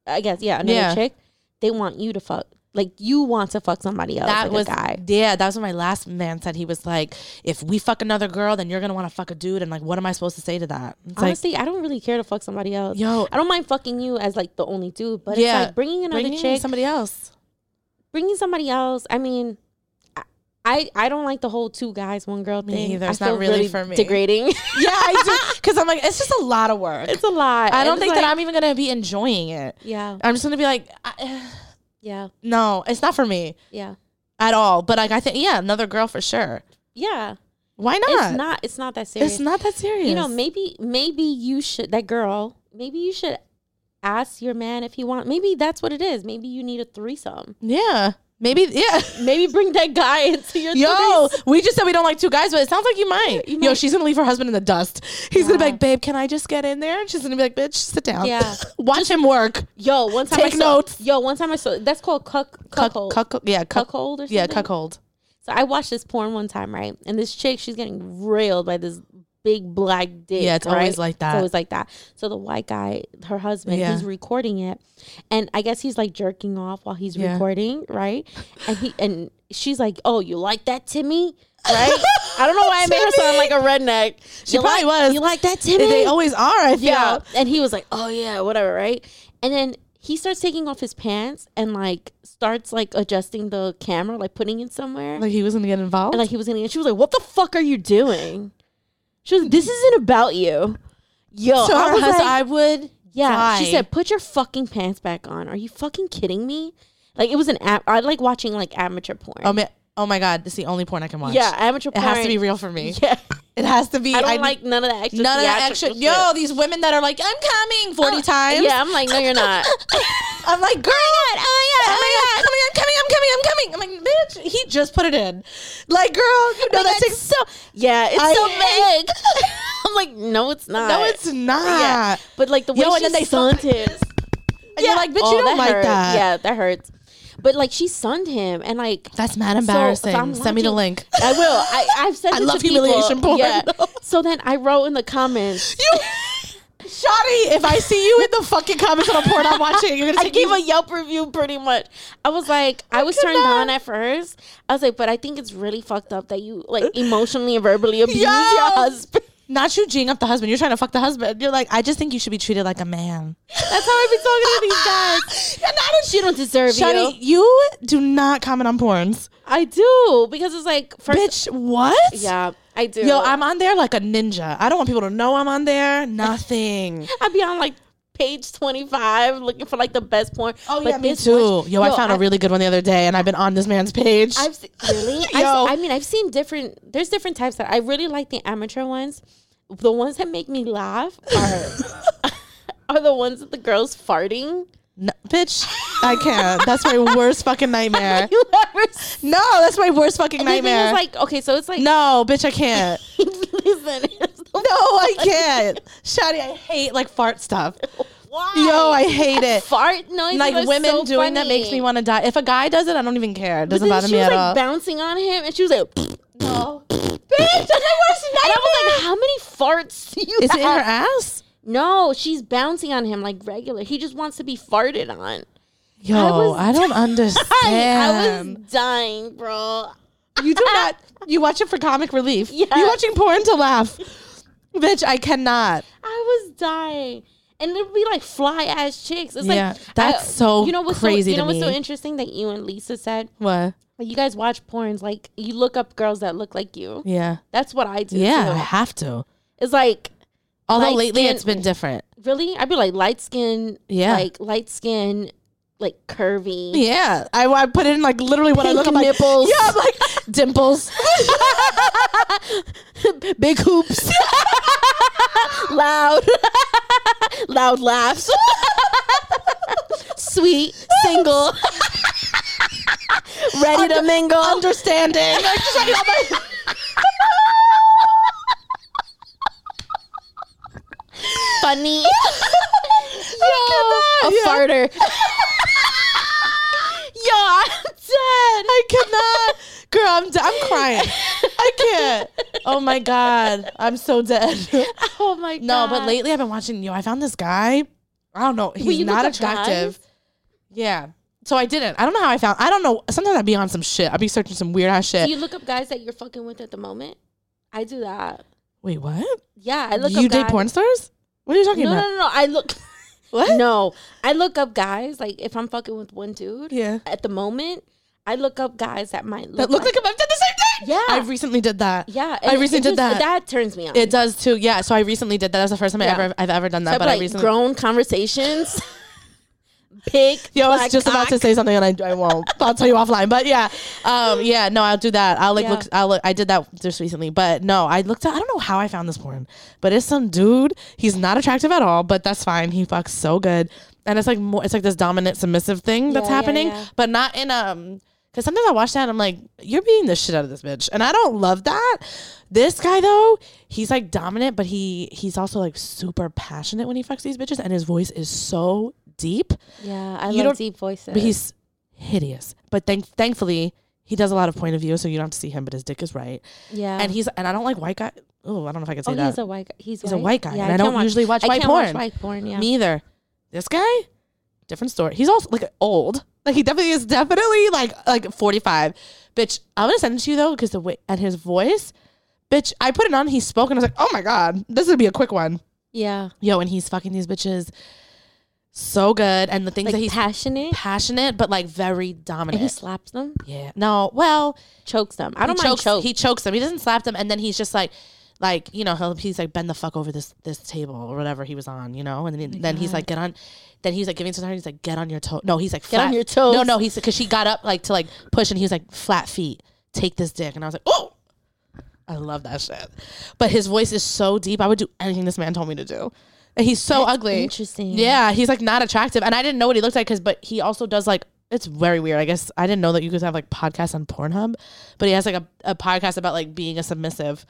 I guess, yeah, another
Yeah.
chick, they want you to fuck. Like you want to fuck somebody else.
That
like
was
a guy.
yeah. That was what my last man said. He was like, "If we fuck another girl, then you're gonna want to fuck a dude." And like, what am I supposed to say to that? It's like,
Honestly, I don't really care to fuck somebody else. [LAUGHS]
yo,
I don't mind fucking you as like the only dude, but
Yeah.
it's like bringing another
bring in
chick,
somebody else.
bringing somebody else. I mean, I- I I don't like the whole two guys one girl
Me
thing.
either.
I
It's not
feel
really for me.
Degrading. [LAUGHS]
Yeah, I do. Because I'm like, it's just a lot of work.
It's a lot.
I
And
don't
it's
think
like-
that I'm even gonna be enjoying it.
Yeah,
I'm just gonna be like, I, [SIGHS]
yeah,
no, it's not for me
yeah,
at all. But like, I think yeah, another girl for sure.
yeah.
Why not?
It's not. It's not that serious.
It's not that serious.
You know, maybe maybe you should that girl. Maybe you should ask your man if he want. Maybe that's what it is. Maybe you need a threesome.
yeah, maybe yeah.
Maybe bring that guy [LAUGHS] into your
Yo,
threes-
we just said we don't like two guys, but it sounds like you might.
You
Yo,
might.
she's gonna leave her husband in the dust. He's gonna be like, babe, can I just get in there? And she's gonna be like, bitch, sit down.
Yeah.
[LAUGHS] Watch him work.
Yo, one time
Take
I saw,
notes.
Yo, one time I saw that's called cuck cuckold.
Cuck, cuck, yeah, cuck,
cuckold or something.
yeah, cuckold.
So I watched this porn one time, right? And this chick, she's getting railed by this big black dick.
Yeah, it's always
right?
like that.
It's always like that. So the white guy, her husband,
Yeah.
he's recording it, and I guess he's like jerking off while he's
Yeah.
recording, right? And he and she's like, "Oh, you like that, Timmy?" Right? I don't know why I made her
[LAUGHS]
sound like a redneck.
She
You
probably
like-
was.
You like that,
They-
Timmy?
They always are. I feel.
yeah. And he was like, "Oh yeah, whatever, right?" And then he starts taking off his pants and like starts like adjusting the camera, like putting it somewhere.
Like he was gonna get involved.
And like he was gonna, she was like, "What the fuck are you doing?" She was, "This isn't about you, yo."
So
her
I was
husband-
like- I would.
yeah. She
die.
said, "Put your fucking pants back on." Are you fucking kidding me? Like it was an app. I like watching like amateur porn.
Oh, man, oh my god, it's the only porn I can watch.
yeah, amateur
it
porn.
has to be real for me. [LAUGHS]
Yeah,
It has to be.
I don't
need-
like none of that extra.
none of that extra.
theatrical
Yo,
shit. Oh,
these women that are like, I'm coming forty times.
[LAUGHS] Yeah, I'm like, no,
[LAUGHS]
you're not.
I'm like, girl, oh my god, oh my god, oh my god, I'm coming, I'm coming, I'm coming. I'm like, bitch, he just put it in. Like, girl, you know
no,
that
that's
takes
so. Yeah, it's
I
so
hate-
big. [LAUGHS] I'm like, no, it's not.
[LAUGHS] No, it's not.
Yeah, but like the way
Yo,
she
and then they suck
sunned
like
him.
this. And you're like, bitch,
Oh,
you don't like
hurt.
that.
Yeah, that hurts. But like she sunned him, and like
That's mad
so- so
embarrassing.
I'm
Send me the
watching-
link.
I will. I, I've sent.
I
it
love
to people.
humiliation porn, [LAUGHS]
Yeah.
though.
So then I wrote in the comments.
[LAUGHS] You, Shawty, if I see you in the fucking comments on a porn I'm watching, [LAUGHS] you're gonna
I
take
gave
me.
a Yelp review pretty much. I was like, I was turned
cannot.
on at first. I was like, but I think it's really fucked up that you
[LAUGHS]
like emotionally and verbally abuse
Yo!
your husband.
Not you G'ing up the husband. You're trying to fuck the husband. You're like, I just think you should be treated like a man.
That's how I be talking to these guys.
[LAUGHS] You're not a
She don't deserve
Shawty,
you.
you do not comment on porns.
I do because it's like first.
Bitch, what?
Yeah, I do.
Yo, I'm on there like a ninja. I don't want people to know I'm on there. Nothing.
I'd be on like page 25 looking for like the best porn. But this
too.
one-
Yo, I found a really good one the other day, and I've been on this man's page.
I've se-
[LAUGHS]
really.
Yo.
I've, se- I mean, I've seen different. There's different types that I really like the amateur ones. The ones that make me laugh are, [LAUGHS] are the ones that the girls farting.
No, bitch, I can't. That's my worst fucking
[LAUGHS]
nightmare.
You ever? seen-
No, that's my worst fucking
The thing
nightmare.
is like okay, so it's like
no, bitch, I can't.
[LAUGHS] listen. it's the-
No, [LAUGHS] I can't. Shotty, I hate like fart stuff.
Why?
Yo, I
[LAUGHS]
hate it.
fart noises.
Like
are
women
so
doing that makes
funny.
me want to die. If a guy does it, I don't even care. It
But
doesn't
then
bother
she
me
was
at
like
all.
bouncing on him, and she was like, "No, bitch, that's my worst nightmare." And I was like, "How many farts do you
Is it
have?"
in her ass?
no, she's bouncing on him like regular. He just wants to be farted on. [LAUGHS]
Yo, I,
I was
don't
I
understand.
was dying, bro.
You do not. You watch it for comic relief.
Yeah.
You're watching porn to laugh. Bitch, I cannot.
I was dying. And it'd be like fly ass chicks. It's
Yeah,
like
that's so crazy
So, you
to
know what's so
me.
interesting that you and Lisa said?
What?
Like, you guys watch porns. Like you look up girls that look like you.
Yeah.
That's what I do.
Yeah, I
too.
have to.
it's like
Although
Light
lately
skin-
it's been different.
really i'd be like light skin
Yeah.
like light skin like curvy
Yeah, I, I put in like literally when I
Pink
look, I'm like,
nipples.
yeah, I'm like [LAUGHS] dimples,
[LAUGHS] big hoops [LAUGHS] loud [LAUGHS] loud laughs sweet [LAUGHS] single ready to mingle [LAUGHS]
understanding. Like, just like, I'm [LAUGHS] like, [LAUGHS]
[LAUGHS] funny
I
a
cannot, yeah.
[LAUGHS] farter
Yo, I'm dead. I cannot, girl. I'm de- I'm [LAUGHS] crying. I can't. Oh my god, I'm so dead.
[LAUGHS] oh my god
No, but lately I've been watching. Yo, I found this guy. I don't know. He's
you
not
look up
attractive. Yeah. So I didn't. I don't know how I found. I don't know. Sometimes I'd be on some shit. I'd be searching some weird ass shit.
do you look up guys that you're fucking with at the moment i do that
Wait, what?
yeah i look
you
up
date
guys.
porn stars? What are you talking
no,
about?
no no no i look
What?
[LAUGHS] No, I look up guys like if I'm fucking with one dude
Yeah.
at the moment. I look up guys that might look,
That looked like a I've done the same thing.
Yeah.
I recently did that.
yeah.
I
and it
recently did
just-
that.
That turns me on.
It does too. Yeah. So I recently did that. That's the first time I
Yeah.
ever I've ever done that.
Type
but
like
I recently.
grown conversations. [LAUGHS] Big.
Yo, I
black
was just about to
cock.
say something and I, I
[LAUGHS]
won't. I'll tell you offline. But yeah, um, yeah, no, I'll do that. I'll like
Yeah.
look. I'll look. I did that just recently, but no, I looked. At, I don't know how I found this porn, but it's some dude. He's not attractive at all, but that's fine. He fucks so good, and it's like more. It's like this dominant submissive thing that's
Yeah, yeah,
happening,
yeah.
but not in um. Because sometimes I watch that and I'm like, you're beating the shit out of this bitch, and I don't love that. This guy though, he's like dominant, but he he's also like super passionate when he fucks these bitches, and his voice is so deep.
Yeah, I
You don't-
love deep voices.
But he's hideous. But thank- thankfully, he does a lot of point of view, so you don't have to see him. But his dick is right,
yeah,
and he's and I don't like white guy. Oh, I don't know if I can say
oh,
that.
he's a white guy. He's,
He's a white guy,
Yeah,
and I,
can't
don't usually watch
I
white
can't
porn.
Watch white porn. Yeah,
Neither. This guy, different story. He's also like old. Like he definitely is definitely like like forty five. Bitch, I'm gonna send it to you though because the way and his voice, bitch. I put it on. He spoke and I was like, oh my god, this would be a quick one.
yeah,
Yo, and he's fucking these bitches. So good, and the things
like
that he's
passionate.
passionate, but like very
And
dominant.
he slaps them,
Yeah. No. Well,
chokes them. I don't
he
mind
chokes.
choke.
He chokes them. He doesn't slap them, and then he's just like, like you know, he'll, he's like bend the fuck over this this table or whatever he was on, you know, and
Oh
then, then he's like get on. Then he's like giving to her. He's like get on your toe. No, he's like
Get on
flat-
your toes.
No, no, he's because she got up like to like push, and he was like flat feet. Take this dick, and I was like, oh. I love that shit, but his voice is so deep. I would do anything this man told me to do, and he's so ugly.
Interesting.
Yeah, he's like not attractive, and I didn't know what he looked like because, but he also does like it's very weird. I guess I didn't know that you could have like podcasts on Pornhub, but he has like a, a podcast about like being a submissive.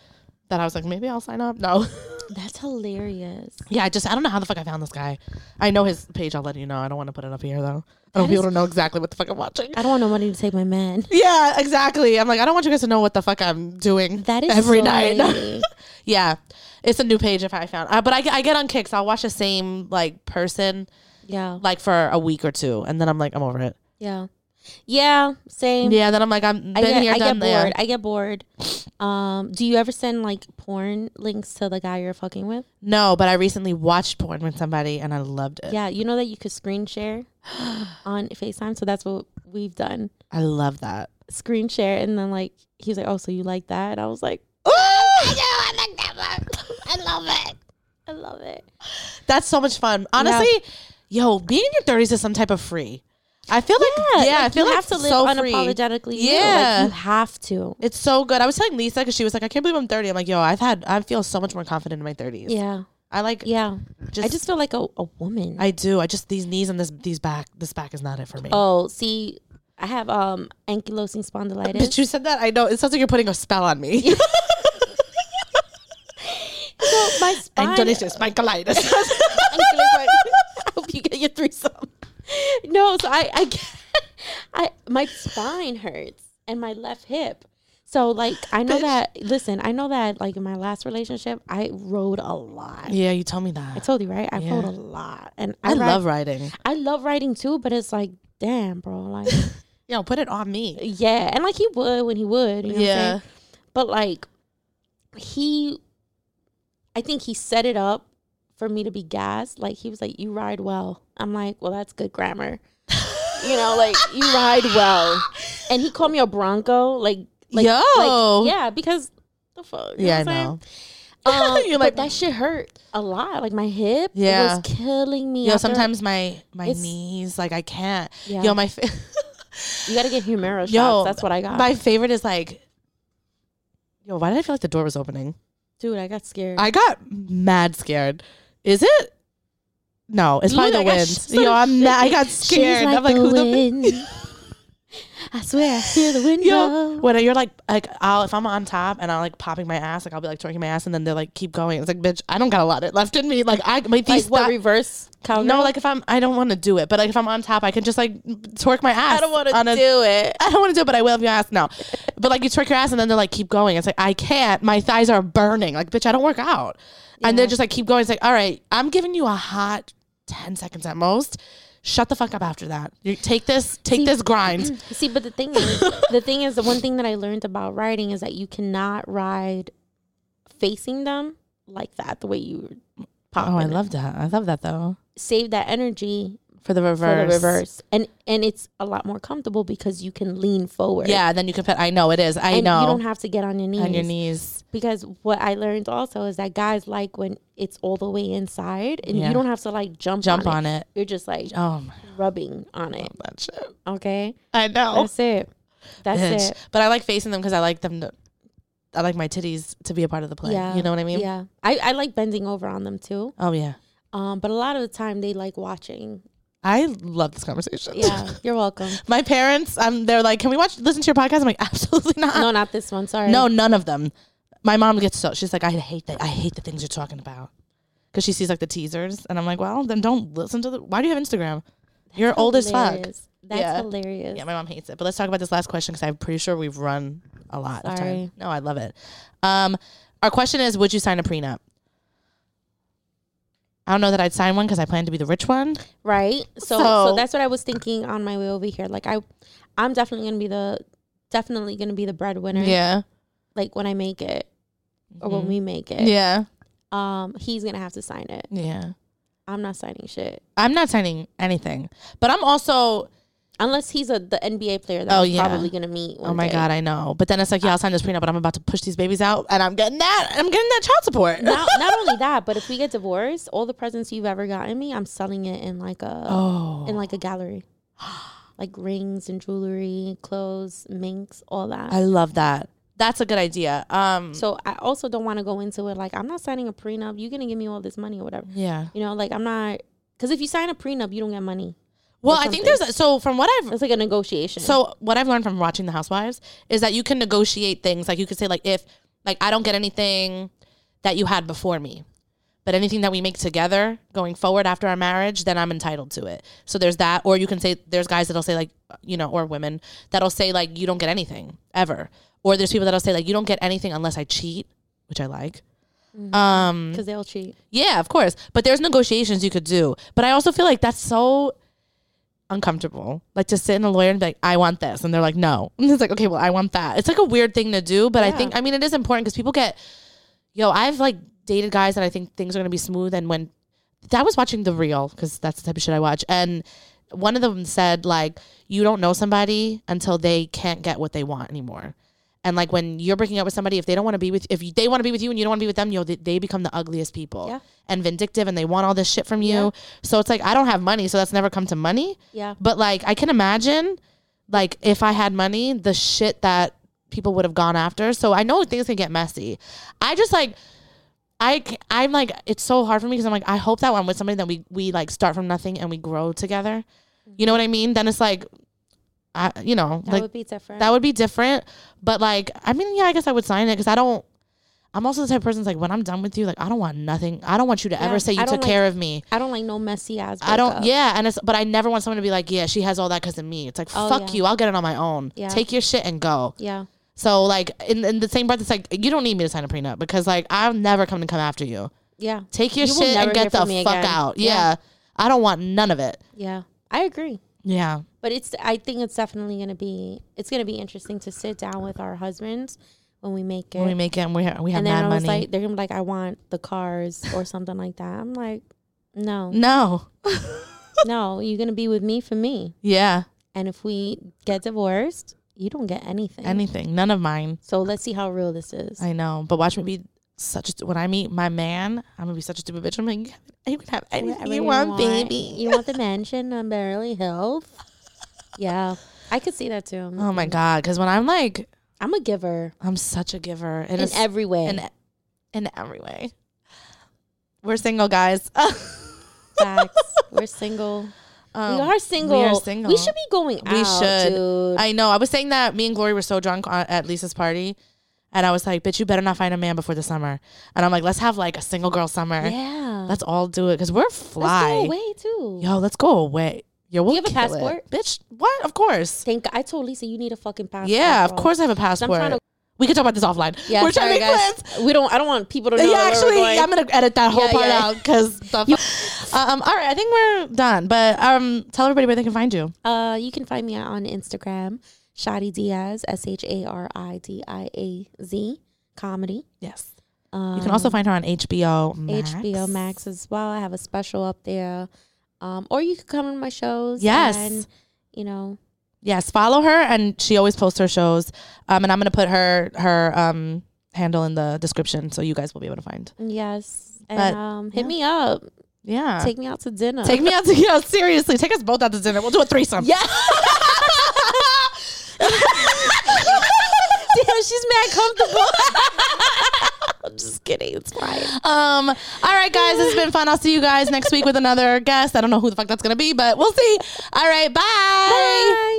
That I was like, maybe I'll sign up. No, [LAUGHS]
that's hilarious.
yeah, I just I don't know how the fuck I found this guy. I know his page. I'll let you know. I don't want to put it up here though. I don't want
That is-
people to know exactly what the fuck I'm watching.
I don't want nobody to take my man.
Yeah, exactly. I'm like, I don't want you guys to know what the fuck I'm doing.
That is
every [LAUGHS]
so
night.
lame.
yeah, it's a new page if I found. Uh, but I, get- I get on kicks. I'll watch the same like person
yeah,
like for a week or two, and then I'm like, I'm over it.
yeah, yeah. Same.
Yeah, then I'm like, I'm
I
been
get,
here,
I
done
get
there.
bored. I get bored. Um, do you ever send like porn links to the guy you're fucking with?
No, but I recently watched porn with somebody and I loved it.
Yeah, you know that you could screen [GASPS] share on FaceTime. So that's what we've done.
I love that.
Screen share, and then like he was like, "Oh, so you like that?" And I was like,
[LAUGHS]
I like that one. I love it.
"I love it."
That's so much fun. Honestly, yo, being in your thirties is some type of free. I feel like yeah, I feel
you
like
have to live
so free.
unapologetically. you. Like,
Yeah.
you have to.
It's so good. I was telling Lisa because she was like, I can't believe I'm 30. I'm like, yo, I've had, I feel so much more confident in my 30s.
Yeah,
I like,
yeah.
just,
I just feel like a, a woman.
I do. I just, these knees and this, these back, this back is not it for me.
oh, see, I have um ankylosing
But
spondylitis.
you said that. I know. It sounds like you're putting a spell on [LAUGHS] me.
so [LAUGHS] my spine.
Antonicious, my
[LAUGHS]
colitis.
ankylosing- [LAUGHS] I hope you get your threesome. No, so I, I, get- [LAUGHS] I, my spine hurts and my left hip. So like I know that. Listen, I know that like in my last relationship, I rode a lot.
yeah, you told me
I
that.
told you right. I
Yeah.
rode a lot, and
I,
I, ride-
love writing.
I love writing too, but it's like, damn,
[LAUGHS]
bro, like,
Yo, put it on me.
yeah, and like he would when he would, you know yeah. What I'm saying? But like, he, I think he set it up for me to be gassed. Like he was like, "You ride well." I'm like, "Well, that's
[LAUGHS]
good grammar," you know, like you ride well. And he called me a bronco, like, like,
Yo.
like, yeah, because the fuck, you
yeah, I
what I'm
know.
saying? Um,
[LAUGHS] You're
but
like-
that shit hurt a lot. Like my hip,
Yeah.
it was killing me.
Yo,
after-
sometimes my my
It's-
knees, like I can't.
Yeah.
Yo, my fa- [LAUGHS]
you gotta get Humira shots.
Yo,
that's what I got.
my favorite is like. Yo, why did I feel like the door was opening?
Dude, I got scared.
I got mad scared. Is it? No, it's probably
Look,
the
I got
wind.
sh-
Yo, I'm mad. I got
She's
scared. I'm like,
the
who the [LAUGHS]
wind. I swear I hear the wind
Yo,
blow.
when you're like, like, I'll if I'm on top and I'm like popping my ass, like I'll be like twerking my ass, and then they're like, keep going. It's like, bitch, I don't got a lot of left in me. Like, I my
Like
these
what
thought-
reverse cowgirl?
no, like if I'm, I don't want to do it, but like if I'm on top, I can just like twerk my ass.
I don't want to
on a-
do it.
[LAUGHS] I don't want to do it, but I will if you ask. No, but like you twerk your ass, and then they're like, keep going. It's like I can't. My thighs are burning. Like, bitch, I don't work out, and they're just like, keep going. It's like, all right, I'm giving you a hot ten seconds at most. Shut the fuck up after that. You take this, take this
[CLEARS THROAT]
grind.
[CLEARS THROAT] See, but the thing
[LAUGHS]
is, the thing is, the one thing that I learned about riding is that you cannot ride facing them like that the way you pop.
Oh, I love that. I love that though.
Save that energy
for the reverse.
for the reverse, and and it's a lot more comfortable because you can lean forward.
Yeah, and then you can put. I know it is. I
and
know.
you don't have to get on your knees.
on your knees.
because what I learned also is that guys like when it's all the way inside, and
Yeah.
you don't have to like jump
Jump
on, it.
on it.
You're just like
Oh my
rubbing on it.
that shit.
Okay,
I know.
that's it. That's
Bitch.
it.
But I like facing them because I like them to. I like my titties to be a part of the play.
Yeah.
You know what I mean?
Yeah, I, I like bending over on them too.
Oh yeah.
Um, but a lot of the time they
[LAUGHS]
like watching.
I love this conversation.
Yeah, you're welcome.
[LAUGHS] my parents, um, they're like, "Can we watch, listen to your podcast?" I'm like, "Absolutely not.
No, not this one. Sorry.
No, none of them. My mom gets so she's like, I hate that. I hate the things you're talking about because she sees like the teasers, and I'm like, well, then don't listen to the. Why do you have Instagram? you're old as fuck.
Hilarious. That's
Yeah.
hilarious.
Yeah, my mom hates it. But let's talk about this last question because I'm pretty sure we've run a lot of time.
Sorry.
No, I love it. Um, our question is, would you sign a prenup? I don't know that I'd sign one because I plan to be the rich one.
right so, so
So-
that's what i was thinking on my way over here like i i'm definitely gonna be the definitely gonna be the breadwinner
Yeah,
like when i make it or
Mhm.
when we make it
yeah,
um he's gonna have to sign it
yeah.
i'm not signing shit
I'm not signing anything, but I'm also
unless he's a the nba player that
Oh,
i'm
yeah.
probably gonna meet
Oh my god, I know. But then it's like, yeah, I'll sign this prenup, but I'm about to push these babies out, and I'm getting that. I'm getting that child support.
[LAUGHS] not, not only that but if we get divorced all the presents you've ever gotten me i'm selling it in like a
[LAUGHS] oh,
in like
[GASPS]
a gallery like rings and jewelry clothes minks all that
I love that. That's a good idea. Um,
So I also don't want to go into it like I'm not signing a prenup. You're gonna give me all this money or whatever.
yeah.
You know, like I'm not because if you sign a prenup, you don't get money.
Well, I think there's a, so from what I've
It's like a negotiation.
so what I've learned from watching The Housewives is that you can negotiate things. Like you could say, like if like I don't get anything that you had before me, but anything that we make together going forward after our marriage, then I'm entitled to it. So there's that, or you can say there's guys that'll say like you know, or women that'll say like you don't get anything ever, or there's people that'll say like you don't get anything unless I cheat, which I like. Um,
because they'll cheat.
yeah, of course. But there's negotiations you could do. But I also feel like that's so uncomfortable. Like to sit in a lawyer and be like, I want this. And they're like, no. [LAUGHS] And it's like, okay, well, I want that. It's like a weird thing to do. But I
Yeah.
think, I mean, it is important because people get, yo, I've like dated guys that I think things are going to be smooth. And when I was watching The Real, because that's the type of shit I watch. And one of them said, like, you don't know somebody until they can't get what they want anymore. And like when you're breaking up with somebody, if they don't want to be with, if you- they want to be with you and you don't want to be with them, you know, they, they become the ugliest people
Yeah.
and vindictive, and they want all this shit from you.
Yeah.
So it's like I don't have money, so that's never come to money.
Yeah,
But like I can imagine, like if I had money, the shit that people would have gone after. So I know things can get messy. I just like. I, c- I'm like it's so hard for me because I'm like I hope that when I'm with somebody that we we like start from nothing and we grow together, you know what I mean? Then it's like, I you know
that
like
would be different.
that would be different. But like, I mean, yeah, I guess I would sign it because I don't. I'm also the type of person that's like, when I'm done with you, like, I don't want nothing. I don't want you to
Yeah,
ever say you
I don't
took
like-
care of me.
I don't like no messy ass.
I don't.
breakup.
Yeah, and it's. But I never want someone to be like, yeah, she has all that because of me. It's like,
Oh,
fuck
yeah.
you. I'll get it on my own.
Yeah.
Take your shit and go.
yeah,
So like, in, in the same breath, it's like you don't need me to sign a prenup because like I'll never come to come after you.
yeah,
Take your
You will
shit and
never
get
hear from
the fuck
me again.
out. Yeah.
Yeah.
I don't want none of it.
yeah. I agree,
Yeah.
but it's. I think it's definitely gonna be. It's gonna be interesting to sit down with our husbands when we make it.
When we make it, and we we have
and then
mad
I was
money.
like, they're gonna be like, I want the cars or something like that. I'm like,
[LAUGHS]
no, [LAUGHS]
no.
no, you're gonna be with me for me.
Yeah.
And if we get divorced, you don't get anything.
Anything. None of mine.
so let's see how real this is.
I know, but watch me be such a stu- when I meet my man, I'm gonna be such a stupid bitch. I'm like, you can have, you can have anything
Whatever
you want, baby.
You want the mansion on
[LAUGHS]
Beverly Hills? yeah, I could see that too. I'm,
Oh my god, because when I'm like,
I'm a giver
I'm such a giver, and
in
it's
every way.
in, in every way. We're single, guys. [LAUGHS]
Facts. We're single.
Um,
we are single.
We are single.
We should be going
We
out,
should.
dude.
I know. I was saying that me and Glory were so drunk on, at Lisa's party, and I was like, "Bitch, you better not find a man before the summer." And I'm like, "Let's have like a single girl summer.
yeah.
Let's all do it because we're
Let's go
fly.
away too.
Yo, let's go away. Yo, we'll
have a
kill it.
passport?
bitch. What? Of course.
Thank God. I told Lisa you need a fucking passport.
Yeah, of
bro.
course I have a passport.
trying to-
we can talk about this offline.
Yeah,
we're
sorry,
trying to make plans.
guys. We don't. I don't want people to know.
Yeah,
where we're
actually,
going.
I'm gonna edit that whole
Yeah,
part
yeah.
out because
[LAUGHS]
[LAUGHS] um, all right, I think we're done. But um, tell everybody where they can find you.
Uh, you can find me on Instagram, Shadi Diaz, S H A R I D I A Z comedy.
Yes,
Um,
you can also find her on HBO. Max.
HBO Max as well. I have a special up there. Um, or you could come to my shows.
Yes.
And, you know,
Yes, follow her, and she always posts her shows. Um, and I'm gonna put her her um handle in the description, so you guys will be able to find.
yes. And
But,
um, hit
yeah.
me up.
Yeah, take,
Take me out to dinner.
me out [LAUGHS] to yeah. Seriously, take us both out to dinner. We'll do a threesome.
Yeah. Damn, she's mad comfortable. [LAUGHS] I'm just kidding. It's fine.
Um. All right, guys, this has been fun. I'll see you guys next week with another guest. I don't know who the fuck that's gonna be, but we'll see. All right, bye.